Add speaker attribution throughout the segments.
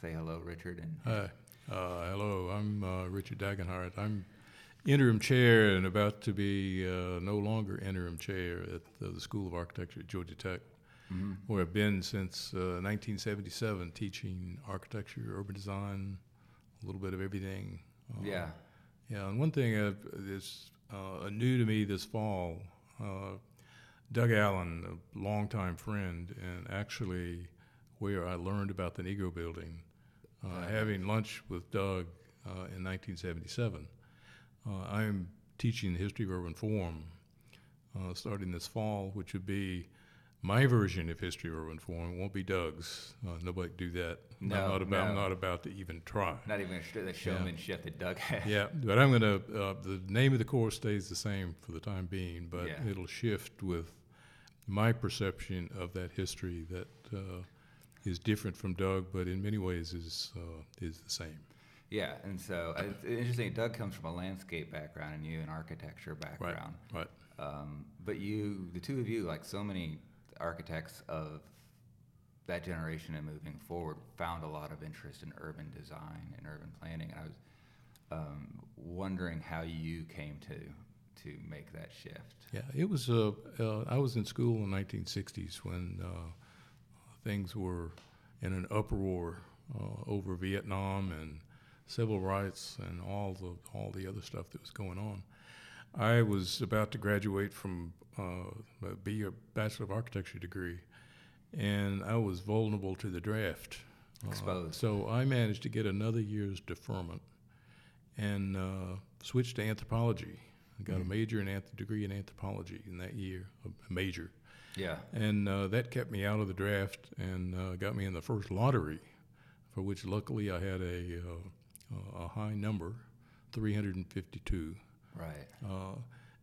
Speaker 1: say hello, Richard, and
Speaker 2: Hi, uh, hello, I'm uh, Richard Dagenhart. I'm interim chair and about to be uh, no longer interim chair at uh, the School of Architecture at Georgia Tech, where I've been since uh, 1977, teaching architecture, urban design, a little bit of everything. Uh,
Speaker 1: yeah,
Speaker 2: yeah, and one thing uh, that's uh, new to me this fall, uh, Doug Allen, a longtime friend, and actually where I learned about the Negro Building, uh, having lunch with Doug uh, in 1977. Uh, I am teaching the history of urban form uh, starting this fall, which would be my version of history of urban form. It won't be Doug's. Uh, nobody can do that.
Speaker 1: No,
Speaker 2: I'm not about. I'm
Speaker 1: no.
Speaker 2: not about to even try.
Speaker 1: not even sure the showmanship that Doug had.
Speaker 2: Yeah, but I'm gonna. Uh, the name of the course stays the same for the time being, but
Speaker 1: Yeah.
Speaker 2: it'll shift with my perception of that history that uh, is different from Doug, but in many ways is uh, is the same.
Speaker 1: Yeah, and so uh, it's interesting. Doug comes from a landscape background, and you an architecture background.
Speaker 2: Right.
Speaker 1: Um, but you, the two of you, like so many architects of that generation and moving forward, found a lot of interest in urban design and urban planning. And I was um, wondering how you came to to make that shift.
Speaker 2: Yeah, it was. Uh, uh, I was in school in the 1960s when uh, things were in an uproar uh, over Vietnam and civil rights and all the all the other stuff that was going on. I was about to graduate from uh, a B or Bachelor of Architecture degree, and I was vulnerable to the draft. Uh,
Speaker 1: Exposed.
Speaker 2: so I managed to get another year's deferment and uh, switched to anthropology. I got a major in anth- degree in anthropology in that year, a major,
Speaker 1: Yeah.
Speaker 2: and uh, that kept me out of the draft and uh, got me in the first lottery, for which luckily I had a uh, a high number, 352.
Speaker 1: Right.
Speaker 2: Uh,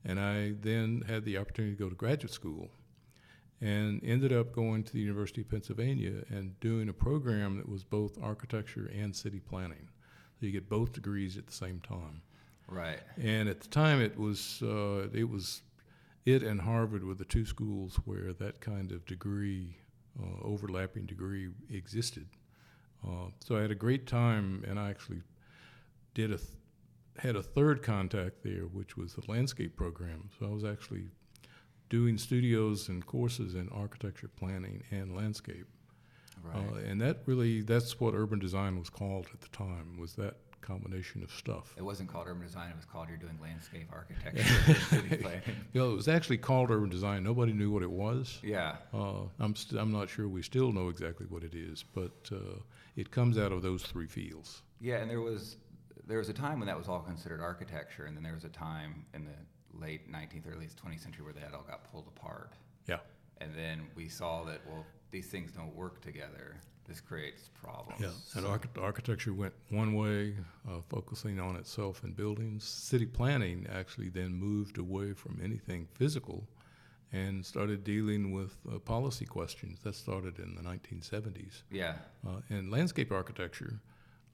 Speaker 2: and I then had the opportunity to go to graduate school and ended up going to the University of Pennsylvania and doing a program that was both architecture and city planning. So you get both degrees at the same time.
Speaker 1: Right.
Speaker 2: And at the time, it was uh, it was it and Harvard were the two schools where that kind of degree, uh, overlapping degree, existed. Uh, so I had a great time, and I actually did a th- had a third contact there, which was the landscape program. So I was actually doing studios and courses in architecture, planning, and landscape.
Speaker 1: Right.
Speaker 2: Uh, and that really that's what urban design was called at the time was that combination of stuff.
Speaker 1: it wasn't called urban design. It was called you're doing landscape architecture. and city planning.
Speaker 2: You know, it was actually called urban design. Nobody knew what it was.
Speaker 1: Yeah.
Speaker 2: Uh, I'm st- I'm not sure we still know exactly what it is, but uh, it comes out of those three fields.
Speaker 1: Yeah, and there was there was a time when that was all considered architecture, and then there was a time in the late 19th, early 20th century where that all got pulled apart.
Speaker 2: Yeah,
Speaker 1: And then we saw that well, these things don't work together. This creates problems.
Speaker 2: yeah. And archi- architecture went one way, uh, focusing on itself and buildings. City planning actually then moved away from anything physical, and started dealing with uh, policy questions. That started in the 1970s.
Speaker 1: Yeah.
Speaker 2: uh, and landscape architecture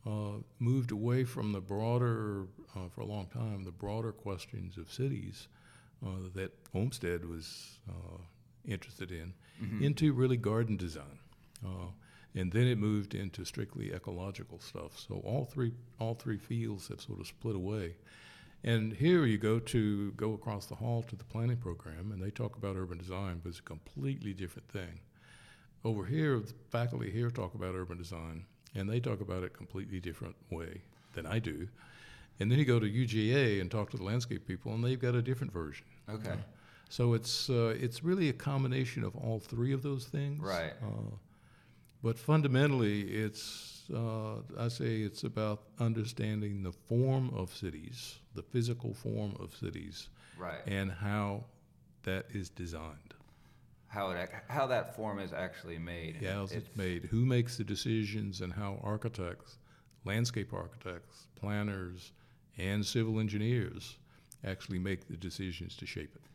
Speaker 2: uh, moved away from the broader, uh, for a long time, the broader questions of cities uh, that Homestead was uh, interested in, into really garden design. Uh, and then it moved into strictly ecological stuff. So all three, all three fields have sort of split away. And here you go to go across the hall to the planning program, and they talk about urban design, but it's a completely different thing over here the faculty here talk about urban design and they talk about it a completely different way than i do and then you go to uga and talk to the landscape people and they've got a different version
Speaker 1: Okay.
Speaker 2: so it's uh, it's really a combination of all three of those things
Speaker 1: Right.
Speaker 2: uh, but fundamentally it's uh, i say it's about understanding the form of cities the physical form of cities
Speaker 1: Right.
Speaker 2: and how that is designed
Speaker 1: How it ac- how that form is actually made. and
Speaker 2: Yeah, how's it
Speaker 1: it's-
Speaker 2: made? Who makes the decisions and how architects, landscape architects, planners, and civil engineers actually make the decisions to shape it?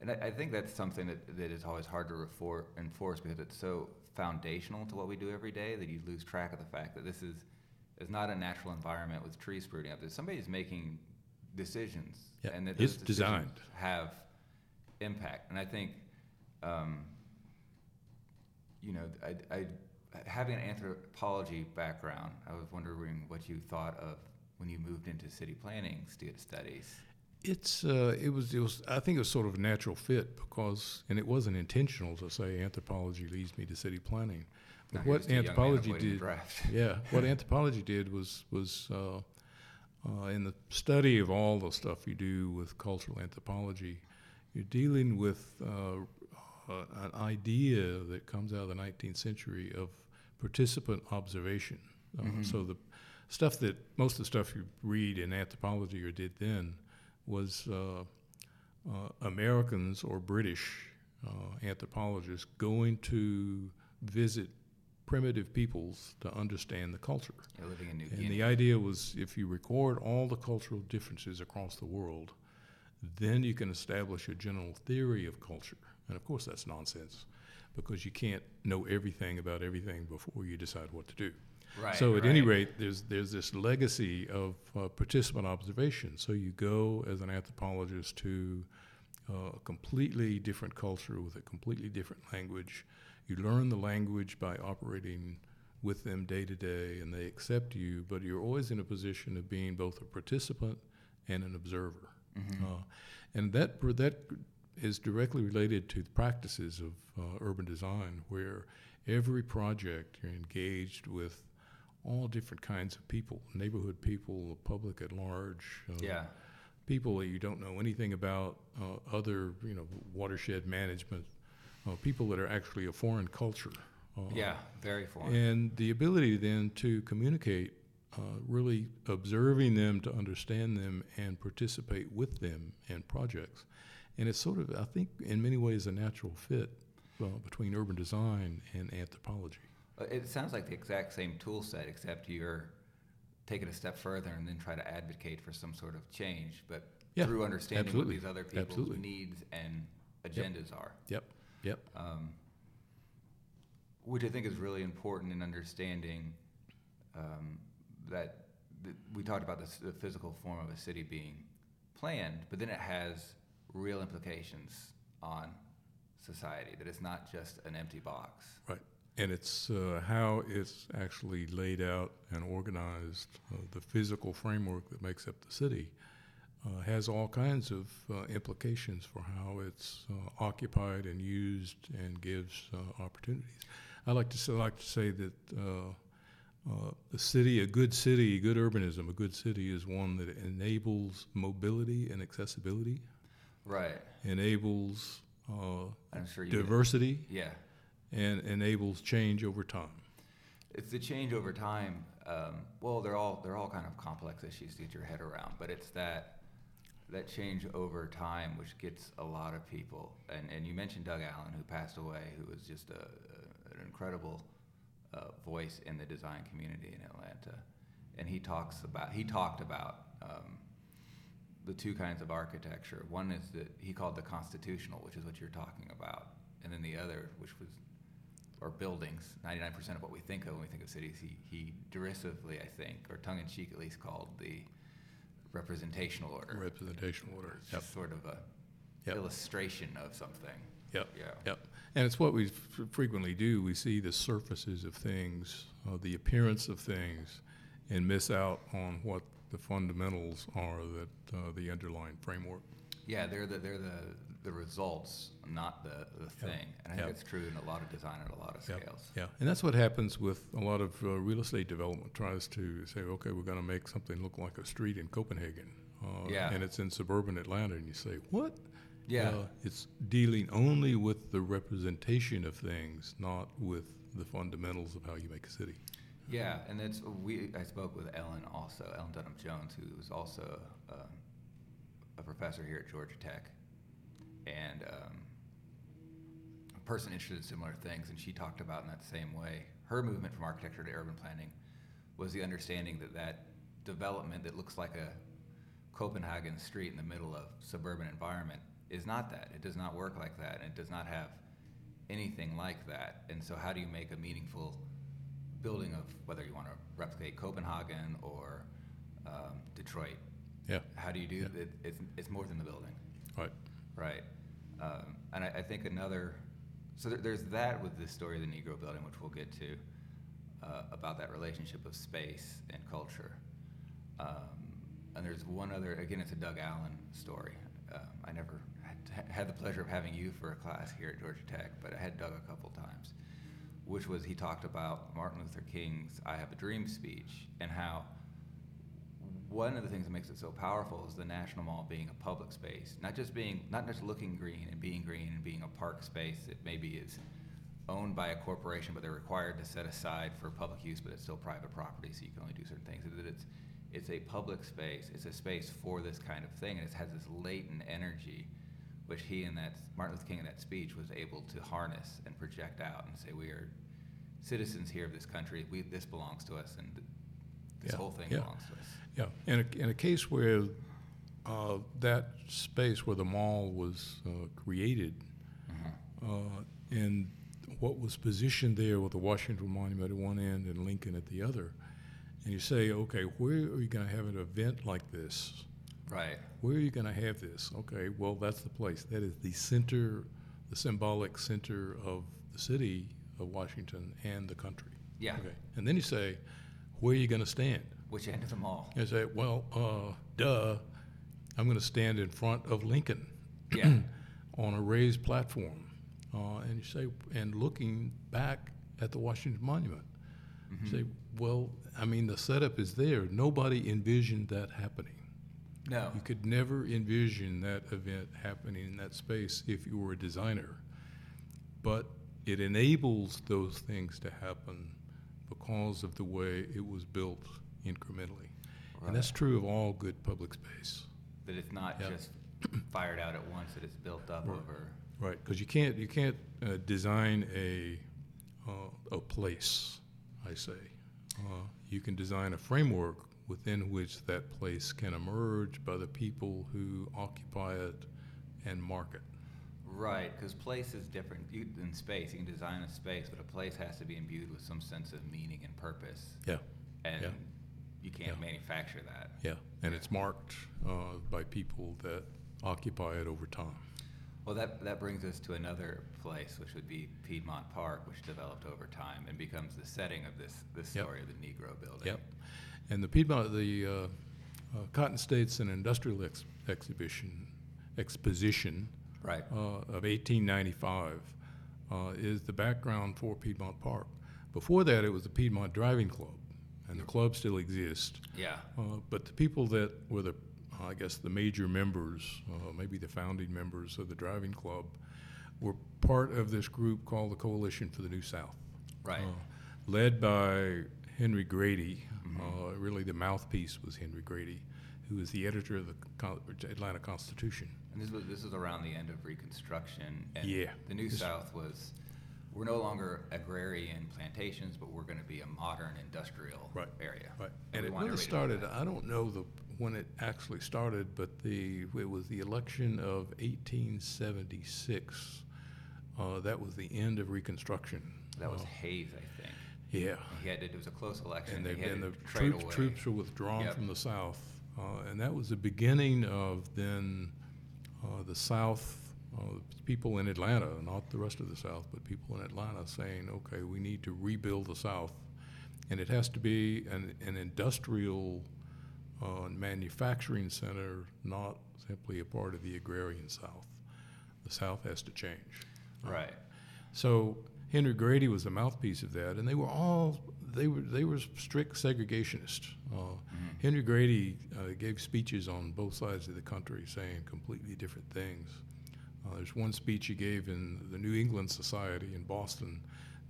Speaker 1: And I, I think that's something that, that is always hard to refor- enforce because it's so foundational to what we do every day that you lose track of the fact that this is is not a natural environment with trees sprouting up. That somebody's making decisions,
Speaker 2: Yeah,
Speaker 1: and that
Speaker 2: it's
Speaker 1: those decisions
Speaker 2: designed.
Speaker 1: have impact. And I think, um, you know, I, I having an anthropology background, I was wondering what you thought of when you moved into city planning stu- studies.
Speaker 2: It's uh, it was it was I think it was sort of a natural fit because and it wasn't intentional to say anthropology leads me to city planning. But
Speaker 1: Now, here's
Speaker 2: what
Speaker 1: the young man
Speaker 2: anthropology
Speaker 1: avoiding
Speaker 2: did,
Speaker 1: draft.
Speaker 2: yeah, what anthropology did was was uh, uh, in the study of all the stuff you do with cultural anthropology, you're dealing with uh, uh, an idea that comes out of the 19th century of participant observation. Uh, So the stuff that most of the stuff you read in anthropology or did then was uh, uh, Americans or British uh, anthropologists going to visit primitive peoples to understand the culture.
Speaker 1: You're living in New
Speaker 2: And
Speaker 1: Guinea.
Speaker 2: the idea was if you record all the cultural differences across the world, then you can establish a general theory of culture. And of course, that's nonsense because you can't know everything about everything before you decide what to do.
Speaker 1: right.
Speaker 2: so, at any
Speaker 1: right.
Speaker 2: rate, there's, there's this legacy of uh, participant observation. So, you go as an anthropologist to uh, a completely different culture with a completely different language. You learn the language by operating with them day to day, and they accept you, but you're always in a position of being both a participant and an observer. Uh, and that, that is directly related to the practices of uh, urban design, where every project you're engaged with all different kinds of people neighborhood people, the public at large, uh,
Speaker 1: yeah.
Speaker 2: people that you don't know anything about, uh, other you know watershed management, uh, people that are actually a foreign culture. Uh,
Speaker 1: Yeah. Very foreign.
Speaker 2: And the ability then to communicate, uh, really observing them to understand them and participate with them in projects, and it's sort of I think in many ways a natural fit uh, between urban design and anthropology.
Speaker 1: Uh, It sounds like the exact same tool set, except you're taking a step further and then try to advocate for some sort of change, but
Speaker 2: Yeah,
Speaker 1: through understanding
Speaker 2: absolutely,
Speaker 1: what these other people's
Speaker 2: absolutely.
Speaker 1: needs and agendas are,
Speaker 2: Yep. Yep.
Speaker 1: um, which I think is really important in understanding um, that th- we talked about this, the physical form of a city being planned, but then it has real implications on society, that it's not just an empty box.
Speaker 2: Right. And it's uh, how it's actually laid out and organized, uh, the physical framework that makes up the city. Uh, has all kinds of uh, implications for how it's uh, occupied and used and gives uh, opportunities. I like to say, like to say that uh, uh, the city, a good city, good urbanism, a good city is one that enables mobility and accessibility,
Speaker 1: Right.
Speaker 2: enables uh,
Speaker 1: I'm sure you.
Speaker 2: diversity,
Speaker 1: Yeah.
Speaker 2: and enables change over time.
Speaker 1: It's the change over time. Um, well, they're all they're all kind of complex issues to get your head around, but it's that that change over time which gets a lot of people. And and you mentioned Doug Allen, who passed away, who was just a, a, an incredible uh, voice in the design community in Atlanta. And he talks about he talked about um, the two kinds of architecture. One is that he called the constitutional, which is what you're talking about, and then the other, which was or buildings, 99% of what we think of when we think of cities, he, he derisively, I think, or tongue in cheek at least, called the representational order.
Speaker 2: Representation order.
Speaker 1: It's just sort of a
Speaker 2: Yep.
Speaker 1: illustration of something.
Speaker 2: Yep.
Speaker 1: Yeah.
Speaker 2: Yep. And it's what we f- frequently do. We see the surfaces of things, uh, the appearance of things, and miss out on what the fundamentals are that uh, the underlying framework.
Speaker 1: Yeah, they're the, they're the, the results, not the, the thing. And I think
Speaker 2: Yep.
Speaker 1: that's true in a lot of design at a lot of
Speaker 2: Yep.
Speaker 1: scales.
Speaker 2: Yeah. And that's what happens with a lot of uh, real estate development tries to say, okay, we're going to make something look like a street in Copenhagen. Uh,
Speaker 1: Yeah.
Speaker 2: And it's in suburban Atlanta, and you say, what?
Speaker 1: Yeah.
Speaker 2: Uh, it's dealing only with the representation of things, not with the fundamentals of how you make a city.
Speaker 1: Yeah, and that's we. I spoke with Ellen also, Ellen Dunham Jones, who was also um, a professor here at Georgia Tech, and um, a person interested in similar things. And she talked about in that same way her movement from architecture to urban planning was the understanding that that development that looks like a Copenhagen street in the middle of suburban environment is not that. It does not work like that, and it does not have anything like that. And so, how do you make a meaningful building of whether you want to replicate Copenhagen or um, Detroit?
Speaker 2: Yeah.
Speaker 1: How do you do
Speaker 2: Yeah.
Speaker 1: it? It's, it's more than the building,
Speaker 2: Right.
Speaker 1: right? Um, and I, I think another, so there, there's that with the story of the Negro building, which we'll get to. uh, about that relationship of space and culture. Um, and there's one other, again, it's a Doug Allen story. Um, I never had, had the pleasure of having you for a class here at Georgia Tech, but I had Doug a couple times, which was he talked about Martin Luther King's I Have a Dream speech and how one of the things that makes it so powerful is the National Mall being a public space, not just being, not just looking green and being green and being a park space that maybe is owned by a corporation, but they're required to set aside for public use, but it's still private property, so you can only do certain things. That it's, it's a public space. It's a space for this kind of thing, and it has this latent energy, which he and that Martin Luther King in that speech was able to harness and project out and say, "We are citizens here of this country. We this belongs to us, and th- this
Speaker 2: Yeah,
Speaker 1: whole thing
Speaker 2: yeah.
Speaker 1: belongs to us."
Speaker 2: Yeah, in a, in a case where uh, that space where the mall was uh, created uh, and what was positioned there with the Washington Monument at one end and Lincoln at the other, and you say, okay, where are you going to have an event like this?
Speaker 1: Right.
Speaker 2: Where are you going to have this? Okay, well, that's the place. That is the center, the symbolic center of the city of Washington and the country.
Speaker 1: Yeah.
Speaker 2: Okay. And then you say, where are you going to stand?
Speaker 1: Which end of the mall?
Speaker 2: I say, well, uh, duh, I'm going to stand in front of Lincoln
Speaker 1: Yeah.
Speaker 2: on a raised platform, uh, and you say, and looking back at the Washington Monument, you say, well, I mean, the setup is there. Nobody envisioned that happening.
Speaker 1: No.
Speaker 2: You could never envision that event happening in that space if you were a designer. But it enables those things to happen because of the way it was built incrementally. And that's true of all good public space.
Speaker 1: That it's not
Speaker 2: Yeah.
Speaker 1: just fired out at once. That it's built up over.
Speaker 2: Right, because you can't you can't uh, design a uh, a place. I say uh, you can design a framework within which that place can emerge by the people who occupy it and mark it.
Speaker 1: Right, because place is different you- than space. You can design a space, but a place has to be imbued with some sense of meaning and purpose.
Speaker 2: Yeah,
Speaker 1: and
Speaker 2: Yeah.
Speaker 1: you can't
Speaker 2: Yeah.
Speaker 1: manufacture that.
Speaker 2: yeah, and it's marked uh, by people that occupy it over time.
Speaker 1: Well, that that brings us to another place, which would be Piedmont Park, which developed over time and becomes the setting of this this
Speaker 2: Yep.
Speaker 1: story of the Negro Building.
Speaker 2: Yep. And the Piedmont, the uh, uh, Cotton States and Industrial Ex- Exhibition Exposition.
Speaker 1: Right.
Speaker 2: uh, of 1895 uh, is the background for Piedmont Park. Before that, it was the Piedmont Driving Club, and the club still exists.
Speaker 1: Yeah.
Speaker 2: Uh, but the people that were the, I guess, the major members, uh, maybe the founding members of the driving club, were part of this group called the Coalition for the New South,
Speaker 1: Right.
Speaker 2: uh, led by Henry Grady. Uh, really, the mouthpiece was Henry Grady, who was the editor of the Con- Atlanta Constitution.
Speaker 1: and this was this was around the end of Reconstruction, and
Speaker 2: Yeah.
Speaker 1: the New
Speaker 2: This-
Speaker 1: South was. We're no longer agrarian plantations, but we're going to be a modern industrial
Speaker 2: Right.
Speaker 1: area.
Speaker 2: Right,
Speaker 1: And
Speaker 2: and
Speaker 1: we
Speaker 2: it
Speaker 1: want
Speaker 2: really
Speaker 1: everybody to know
Speaker 2: started, I don't know the, when it actually started, but the, it was the election of eighteen seventy-six. Uh, that was the end of Reconstruction.
Speaker 1: That was
Speaker 2: Uh,
Speaker 1: Hayes, I think.
Speaker 2: Yeah,
Speaker 1: He had to, it was a close election.
Speaker 2: and
Speaker 1: he
Speaker 2: they,
Speaker 1: had
Speaker 2: and
Speaker 1: to
Speaker 2: the
Speaker 1: trade
Speaker 2: troops,
Speaker 1: away.
Speaker 2: troops were withdrawn
Speaker 1: Yep.
Speaker 2: from the South. Uh, and that was the beginning of then, uh, the South, uh, people in Atlanta, not the rest of the South, but people in Atlanta saying, okay, we need to rebuild the South. And it has to be an, an industrial, uh, manufacturing center, not simply a part of the agrarian South. The South has to change.
Speaker 1: Right.
Speaker 2: So Henry Grady was the mouthpiece of that, and they were all they were they were strict segregationists. Uh, Henry Grady uh, gave speeches on both sides of the country, saying completely different things. Uh, there's one speech he gave in the New England Society in Boston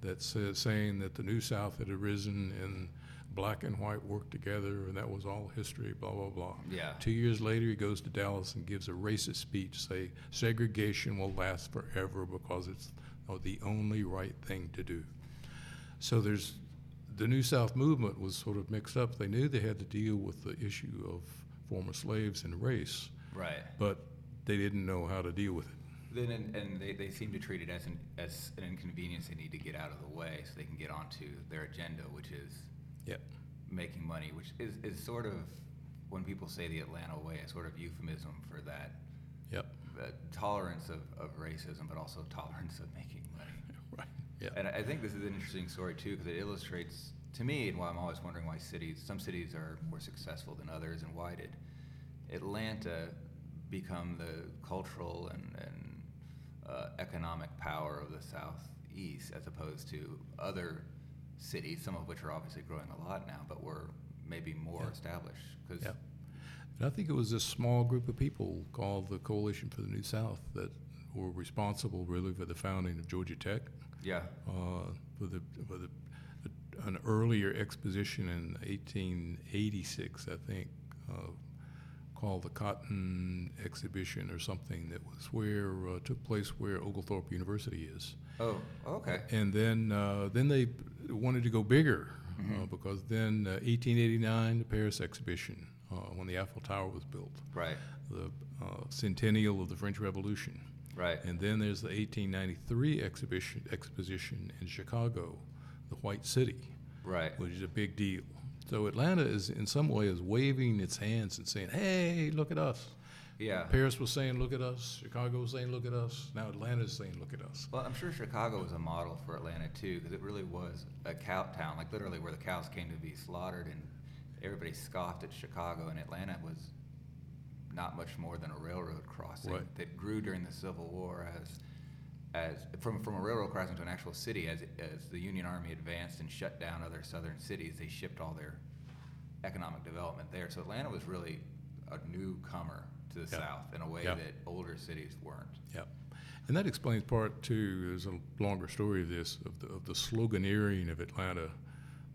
Speaker 2: that says saying that the New South had arisen and black and white worked together, and that was all history. Blah blah blah.
Speaker 1: Yeah.
Speaker 2: Two years later, he goes to Dallas and gives a racist speech, say segregation will last forever because it's oh, the only right thing to do. So there's the New South movement was sort of mixed up. They knew they had to deal with the issue of former slaves and race,
Speaker 1: Right.
Speaker 2: but they didn't know how to deal with it.
Speaker 1: Then and, and they, they seem to treat it as an as an inconvenience they need to get out of the way so they can get onto their agenda, which is
Speaker 2: Yeah.
Speaker 1: making money, which is, is sort of when people say the Atlanta way, a sort of euphemism for that
Speaker 2: Yep.
Speaker 1: uh, tolerance of, of racism, but also tolerance of making money.
Speaker 2: Right. Yeah.
Speaker 1: And I I think this is an interesting story too because it illustrates to me, and why I'm always wondering why cities, some cities are more successful than others, and why did Atlanta become the cultural and, and uh, economic power of the Southeast as opposed to other cities, some of which are obviously growing a lot now, but were maybe more
Speaker 2: Yeah.
Speaker 1: established? Because
Speaker 2: Yeah. And I think it was this small group of people called the Coalition for the New South that were responsible really for the founding of Georgia Tech,
Speaker 1: yeah,
Speaker 2: uh, for the, for the, an earlier exposition in 1886, I think, uh, called the Cotton Exhibition or something that was where, uh, took place where Oglethorpe University is.
Speaker 1: oh, okay,
Speaker 2: And then, uh, then they wanted to go bigger uh,
Speaker 1: Mhm.
Speaker 2: because then uh, 1889, the Paris exhibition, uh, when the Eiffel Tower was built,
Speaker 1: right,
Speaker 2: the uh, centennial of the French Revolution.
Speaker 1: right,
Speaker 2: And then there's the 1893 exhibition exposition in Chicago, the White City,
Speaker 1: right,
Speaker 2: which is a big deal. So Atlanta is in some way is waving its hands and saying, "Hey, look at us."
Speaker 1: yeah.
Speaker 2: Paris was saying, "Look at us." Chicago was saying, "Look at us." Now Atlanta's saying, "Look at us."
Speaker 1: Well, I'm sure Chicago was a model for Atlanta too, because it really was a cow town, like literally where the cows came to be slaughtered, and everybody scoffed at Chicago, and Atlanta was not much more than a railroad crossing
Speaker 2: Right.
Speaker 1: that grew during the Civil War as as from from a railroad crossing to an actual city as as the Union Army advanced and shut down other southern cities, they shipped all their economic development there. So Atlanta was really a newcomer to the
Speaker 2: Yeah.
Speaker 1: South in a way
Speaker 2: Yeah.
Speaker 1: that older cities weren't.
Speaker 2: Yeah, and that explains part two. There's a longer story of this of the, of the sloganeering of Atlanta.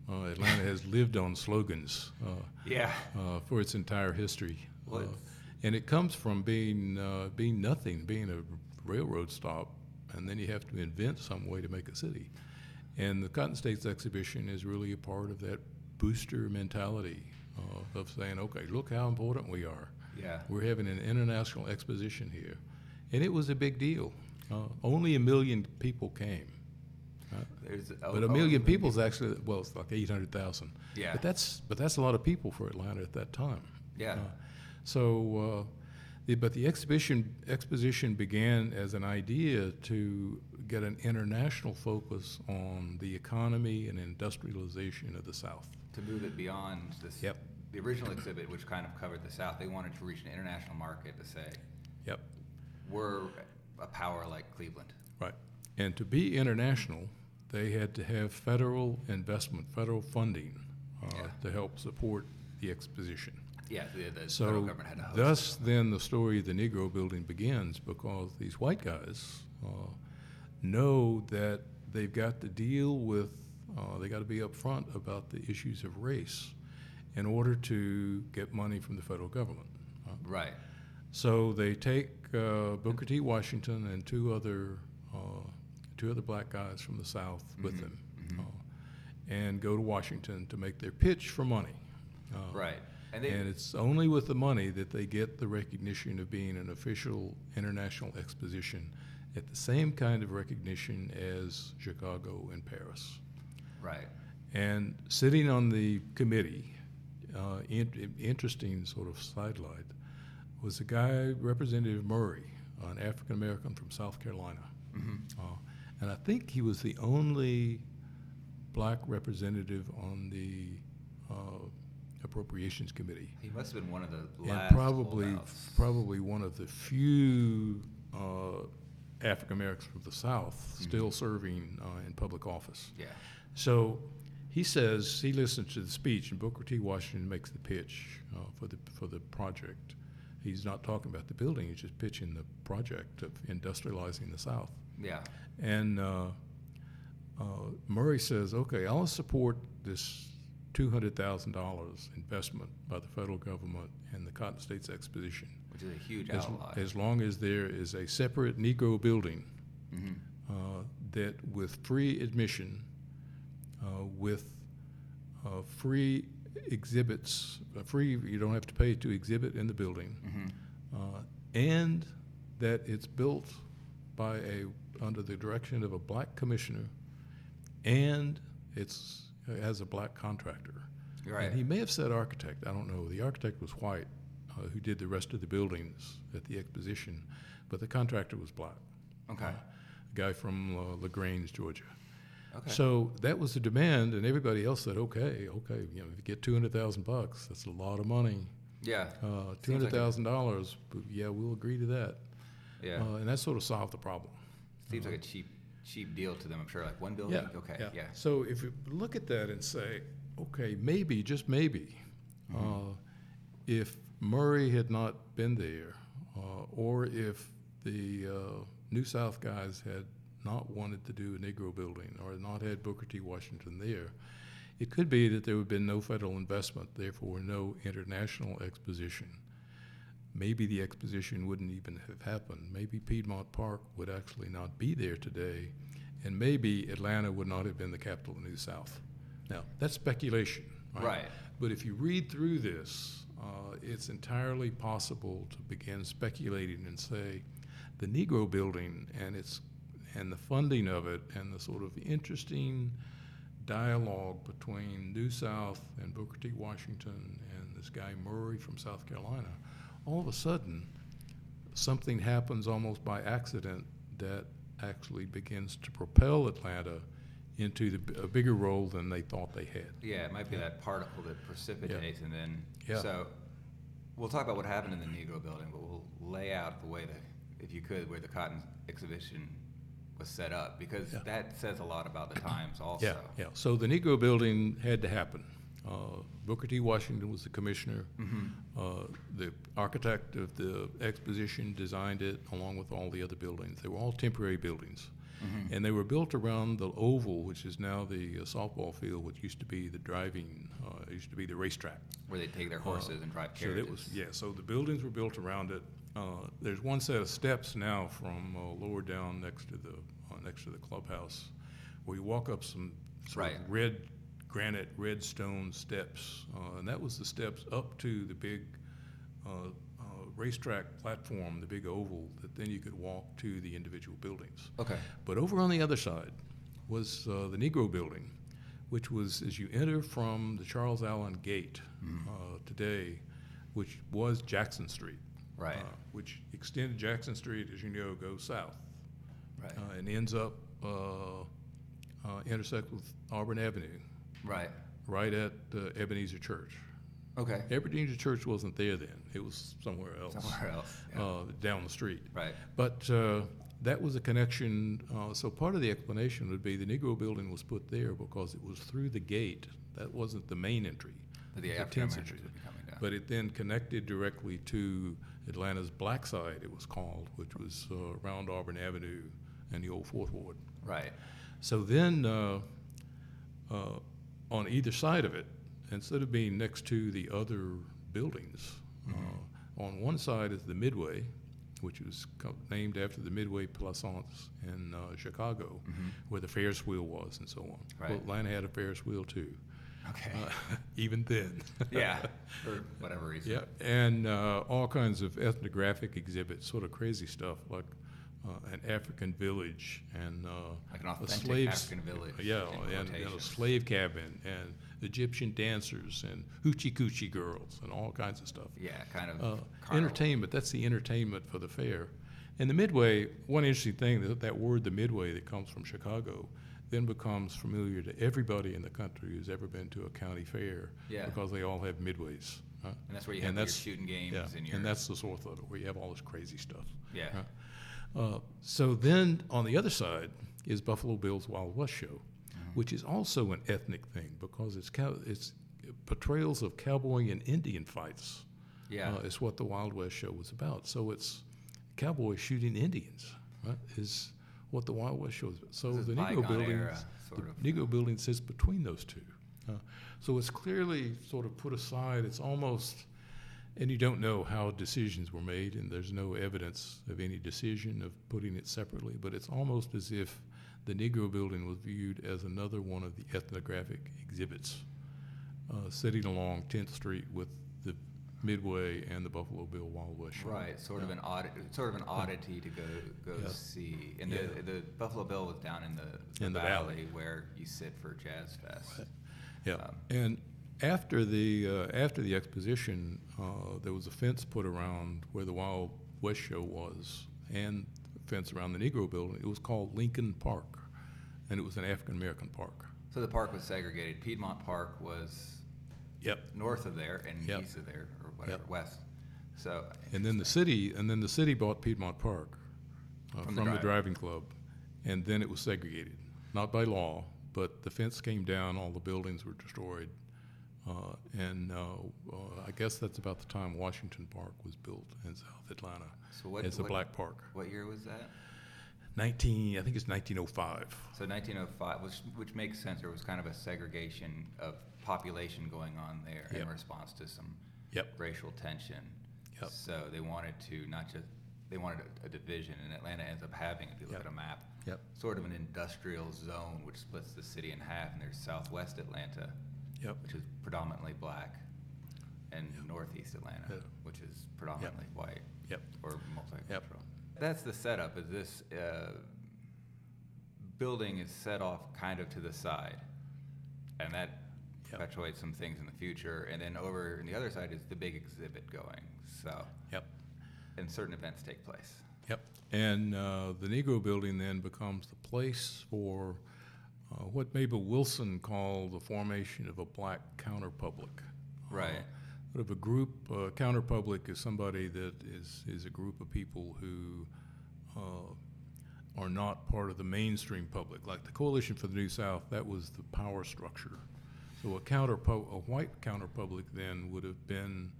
Speaker 2: Uh, Atlanta has lived on slogans uh,
Speaker 1: Yeah.
Speaker 2: uh, for its entire history,
Speaker 1: Well,
Speaker 2: Uh,
Speaker 1: it's-
Speaker 2: and it comes from being uh, being nothing, being a railroad stop, and then you have to invent some way to make a city. And the Cotton States exhibition is really a part of that booster mentality uh, of saying, "Okay, look how important we are."
Speaker 1: Yeah.
Speaker 2: We're having an international exposition here. And it was a big deal. Uh, only a million people came.
Speaker 1: There's
Speaker 2: But Oh, a million people is actually, well, it's like 800,000.
Speaker 1: Yeah.
Speaker 2: But that's, but that's a lot of people for Atlanta at that time.
Speaker 1: Yeah.
Speaker 2: So, uh, the, but the exhibition, exposition began as an idea to get an international focus on the economy and industrialization of the South.
Speaker 1: to move it beyond this.
Speaker 2: Yep.
Speaker 1: The original exhibit, which kind of covered the South, they wanted to reach an international market to say
Speaker 2: Yep.
Speaker 1: we're a power like Cleveland.
Speaker 2: Right. And to be international, they had to have federal investment, federal funding uh,
Speaker 1: Yeah.
Speaker 2: to help support the exposition.
Speaker 1: Yeah, the, the federal
Speaker 2: So,
Speaker 1: government had to host.
Speaker 2: thus, then the story of the Negro building begins because these white guys uh, know that they've got to deal with, uh, they got to be upfront about the issues of race in order to get money from the federal government. Uh,
Speaker 1: right.
Speaker 2: so they take uh, Booker T. Washington and two other uh, two other black guys from the South with
Speaker 1: Mm-hmm.
Speaker 2: them, uh, and go to Washington to make their pitch for money. Uh,
Speaker 1: Right. And they
Speaker 2: And it's only with the money that they get the recognition of being an official international exposition, at the same kind of recognition as Chicago and Paris.
Speaker 1: right.
Speaker 2: And sitting on the committee, uh, in, in- interesting sort of sidelight, was a guy, Representative Murray, an African American from South Carolina. Uh, and I think he was the only black representative on the uh, Appropriations Committee.
Speaker 1: He must have been one of the last.
Speaker 2: And probably,
Speaker 1: holdouts.
Speaker 2: probably one of the few uh, African Americans from the South still serving uh, in public office.
Speaker 1: Yeah.
Speaker 2: So he says he listens to the speech, and Booker T. Washington makes the pitch uh, for the for the project. He's not talking about the building; he's just pitching the project of industrializing the South.
Speaker 1: Yeah.
Speaker 2: And uh, uh, Murray says, "Okay, I'll support this two hundred thousand dollars investment by the federal government and the Cotton States Exposition,
Speaker 1: Which is a huge
Speaker 2: as,
Speaker 1: outlier.
Speaker 2: as long as there is a separate Negro building."
Speaker 1: hmm
Speaker 2: uh, that with free admission, uh, with uh, free exhibits, uh, free, you don't have to pay to exhibit in the building,
Speaker 1: hmm
Speaker 2: uh, and that it's built by a, under the direction of a black commissioner, and it's, it has a black contractor.
Speaker 1: Right.
Speaker 2: And he may have said architect, I don't know. The architect was white, uh, who did the rest of the buildings at the exposition, but the contractor was black
Speaker 1: okay.
Speaker 2: guy from uh, LaGrange, uh, Georgia.
Speaker 1: Okay.
Speaker 2: So that was the demand, and everybody else said, "Okay, okay, you know, if you get two hundred thousand bucks, that's a lot of money.
Speaker 1: yeah.
Speaker 2: Uh,
Speaker 1: Seems
Speaker 2: two
Speaker 1: like
Speaker 2: hundred
Speaker 1: a-
Speaker 2: thousand dollars, yeah, we'll agree to that."
Speaker 1: Yeah.
Speaker 2: Uh, and that sort of solved the problem.
Speaker 1: Seems like a cheap cheap deal to them. I'm sure. Like one building.
Speaker 2: Yeah.
Speaker 1: Okay.
Speaker 2: yeah.
Speaker 1: Yeah.
Speaker 2: So if you look at that and say, okay, maybe, just maybe,
Speaker 1: Mm-hmm.
Speaker 2: uh, if Murray had not been there, uh, or if the uh, New South guys had not wanted to do a Negro building or had not had Booker T. Washington there, it could be that there would have been no federal investment, therefore, no international exposition. Maybe the exposition wouldn't even have happened. Maybe Piedmont Park would actually not be there today, and maybe Atlanta would not have been the capital of the New South. Now, that's speculation, right?
Speaker 1: Right.
Speaker 2: But if you read through this, uh, it's entirely possible to begin speculating and say the Negro building and its and the funding of it and the sort of interesting dialogue between New South and Booker T. Washington and this guy Murray from South Carolina, all of a sudden, something happens almost by accident that actually begins to propel Atlanta into the, a bigger role than they thought they had.
Speaker 1: Yeah, it might be that particle that precipitates and then,
Speaker 2: Yeah.
Speaker 1: so we'll talk about what happened in the Negro building, but we'll lay out the way that, if you could, where the cotton exhibition was set up, because
Speaker 2: Yeah.
Speaker 1: that says a lot about the times also.
Speaker 2: Yeah, yeah. So the Negro building had to happen. Uh, Booker T. Washington was the commissioner. Uh, the architect of the exposition designed it along with all the other buildings. They were all temporary buildings. And they were built around the oval, which is now the uh, softball field, which used to be the driving, uh, it used to be the racetrack.
Speaker 1: Where they take their horses and drive
Speaker 2: So
Speaker 1: carriages.
Speaker 2: Uh, it was, yeah, so the buildings were built around it. Uh, There's one set of steps now from uh, lower down next to the, uh, next to the clubhouse, where you walk up some sort
Speaker 1: Right.
Speaker 2: of red granite, red stone steps. uh, And that was the steps up to the big uh, uh, racetrack platform, the big oval, that then you could walk to the individual buildings.
Speaker 1: Okay,
Speaker 2: But over on the other side was uh, the Negro Building, which was as you enter from the Charles Allen Gate
Speaker 1: Mm-hmm.
Speaker 2: uh, today, which was Jackson Street,
Speaker 1: right,
Speaker 2: uh, which extended Jackson Street, as you know, goes south
Speaker 1: right,
Speaker 2: uh, and ends up uh, uh, intersect with Auburn Avenue,
Speaker 1: right,
Speaker 2: right at uh, Ebenezer Church.
Speaker 1: okay,
Speaker 2: Ebenezer Church wasn't there then; it was somewhere else,
Speaker 1: somewhere else, yeah.
Speaker 2: uh, down the street.
Speaker 1: right,
Speaker 2: But uh, that was a connection. Uh, so part of the explanation would be the Negro building was put there because it was through the gate. That wasn't the main entry.
Speaker 1: But
Speaker 2: It
Speaker 1: the
Speaker 2: was a
Speaker 1: African
Speaker 2: 10th
Speaker 1: Americans
Speaker 2: century.
Speaker 1: would be coming down,
Speaker 2: But it then connected directly to Atlanta's Black Side, it was called, which was uh, around Auburn Avenue and the old Fourth Ward.
Speaker 1: right,
Speaker 2: So then, uh, uh, on either side of it, instead of being next to the other buildings, uh, on one side is the Midway, which was co- named after the Midway Plaisance in uh, Chicago, where the Ferris wheel was and so on. Well,
Speaker 1: Right.
Speaker 2: Atlanta had a Ferris wheel too,
Speaker 1: okay,
Speaker 2: uh, even then.
Speaker 1: yeah, for whatever reason.
Speaker 2: Yeah, and uh, all kinds of ethnographic exhibits, sort of crazy stuff like uh, an African village and uh,
Speaker 1: Like an
Speaker 2: a
Speaker 1: authentic
Speaker 2: slave s-
Speaker 1: African village,
Speaker 2: Yeah,
Speaker 1: in
Speaker 2: and, and a
Speaker 1: quotations.
Speaker 2: slave cabin and Egyptian dancers and hoochie coochie girls and all kinds of stuff.
Speaker 1: Yeah, kind of
Speaker 2: Uh,
Speaker 1: carnival.
Speaker 2: entertainment, that's the entertainment for the fair. And the Midway, one interesting thing, that, that word, the Midway, that comes from Chicago, then becomes familiar to everybody in the country who's ever been to a county fair
Speaker 1: Yeah.
Speaker 2: because they all have midways. huh?
Speaker 1: And that's where you
Speaker 2: and
Speaker 1: have your
Speaker 2: that's-
Speaker 1: shooting games
Speaker 2: Yeah,
Speaker 1: and your
Speaker 2: and that's the source of it, where you have all this crazy stuff.
Speaker 1: yeah,
Speaker 2: Huh? Uh, so then, on the other side is Buffalo Bill's Wild West Show,
Speaker 1: Uh-huh.
Speaker 2: which is also an ethnic thing because it's cow- it's portrayals of cowboy and Indian fights.
Speaker 1: yeah.
Speaker 2: uh, is what the Wild West Show was about. So it's cowboys shooting Indians right, is what the Wild West Show is about. So
Speaker 1: This is
Speaker 2: the Negro
Speaker 1: bygone
Speaker 2: building,
Speaker 1: era, sort of.
Speaker 2: the Negro building sits between those two. Uh, so it's clearly sort of put aside. It's almost, and you don't know how decisions were made, and there's no evidence of any decision of putting it separately. But it's almost as if the Negro building was viewed as another one of the ethnographic exhibits, uh, sitting along 10th Street with the Midway and the Buffalo Bill Wild West Show.
Speaker 1: Right, sort of an odd, sort of an oddity to go go
Speaker 2: Yeah.
Speaker 1: see. And
Speaker 2: Yeah.
Speaker 1: the the Buffalo Bill was down in the,
Speaker 2: In the valley.
Speaker 1: where you sit for jazz fest.
Speaker 2: Yeah, Uh, and after the uh, after the exposition, uh, there was a fence put around where the Wild West Show was, and a fence around the Negro Building. It was called Lincoln Park, and it was an African American park.
Speaker 1: So the park was segregated. Piedmont Park was
Speaker 2: Yep.
Speaker 1: north of there and
Speaker 2: Yep.
Speaker 1: east of there, or whatever,
Speaker 2: Yep.
Speaker 1: west. So
Speaker 2: And then the city, and then the city bought Piedmont Park uh,
Speaker 1: From
Speaker 2: from,
Speaker 1: the
Speaker 2: the,
Speaker 1: drive.
Speaker 2: driving club, and then it was segregated, not by law, but the fence came down, all the buildings were destroyed, uh, and uh, uh, I guess that's about the time Washington Park was built in South Atlanta
Speaker 1: So what-
Speaker 2: as a
Speaker 1: what-
Speaker 2: black park.
Speaker 1: what year was that?
Speaker 2: Nineteen, oh I think it's 1905.
Speaker 1: So 1905, which which makes sense. There was kind of a segregation of population going on there in
Speaker 2: Yep.
Speaker 1: response to some
Speaker 2: Yep.
Speaker 1: racial tension.
Speaker 2: Yep.
Speaker 1: So they wanted to not just they wanted a, a division, and Atlanta ends up having, if you look at
Speaker 2: Yep.
Speaker 1: a map,
Speaker 2: Yep.
Speaker 1: sort of an industrial zone which splits the city in half, and there's Southwest Atlanta,
Speaker 2: Yep.
Speaker 1: which is predominantly black, and Northeast Atlanta,
Speaker 2: Yeah.
Speaker 1: which is predominantly white
Speaker 2: Yep.
Speaker 1: or multicultural. That's the setup. Is this uh, building is set off kind of to the side, and that
Speaker 2: Yep.
Speaker 1: perpetuates some things in the future. And then over on the other side is the big exhibit going. So,
Speaker 2: Yep.
Speaker 1: and certain events take place.
Speaker 2: Yep. And uh, the Negro Building then becomes the place for uh, what Mabel Wilson called the formation of a black counterpublic.
Speaker 1: Right.
Speaker 2: Uh, sort of a group, uh, counterpublic is somebody that is, is a group of people who uh, are not part of the mainstream public. Like the Coalition for the New South, that was the power structure. So a counterpub, a white counterpublic then would have been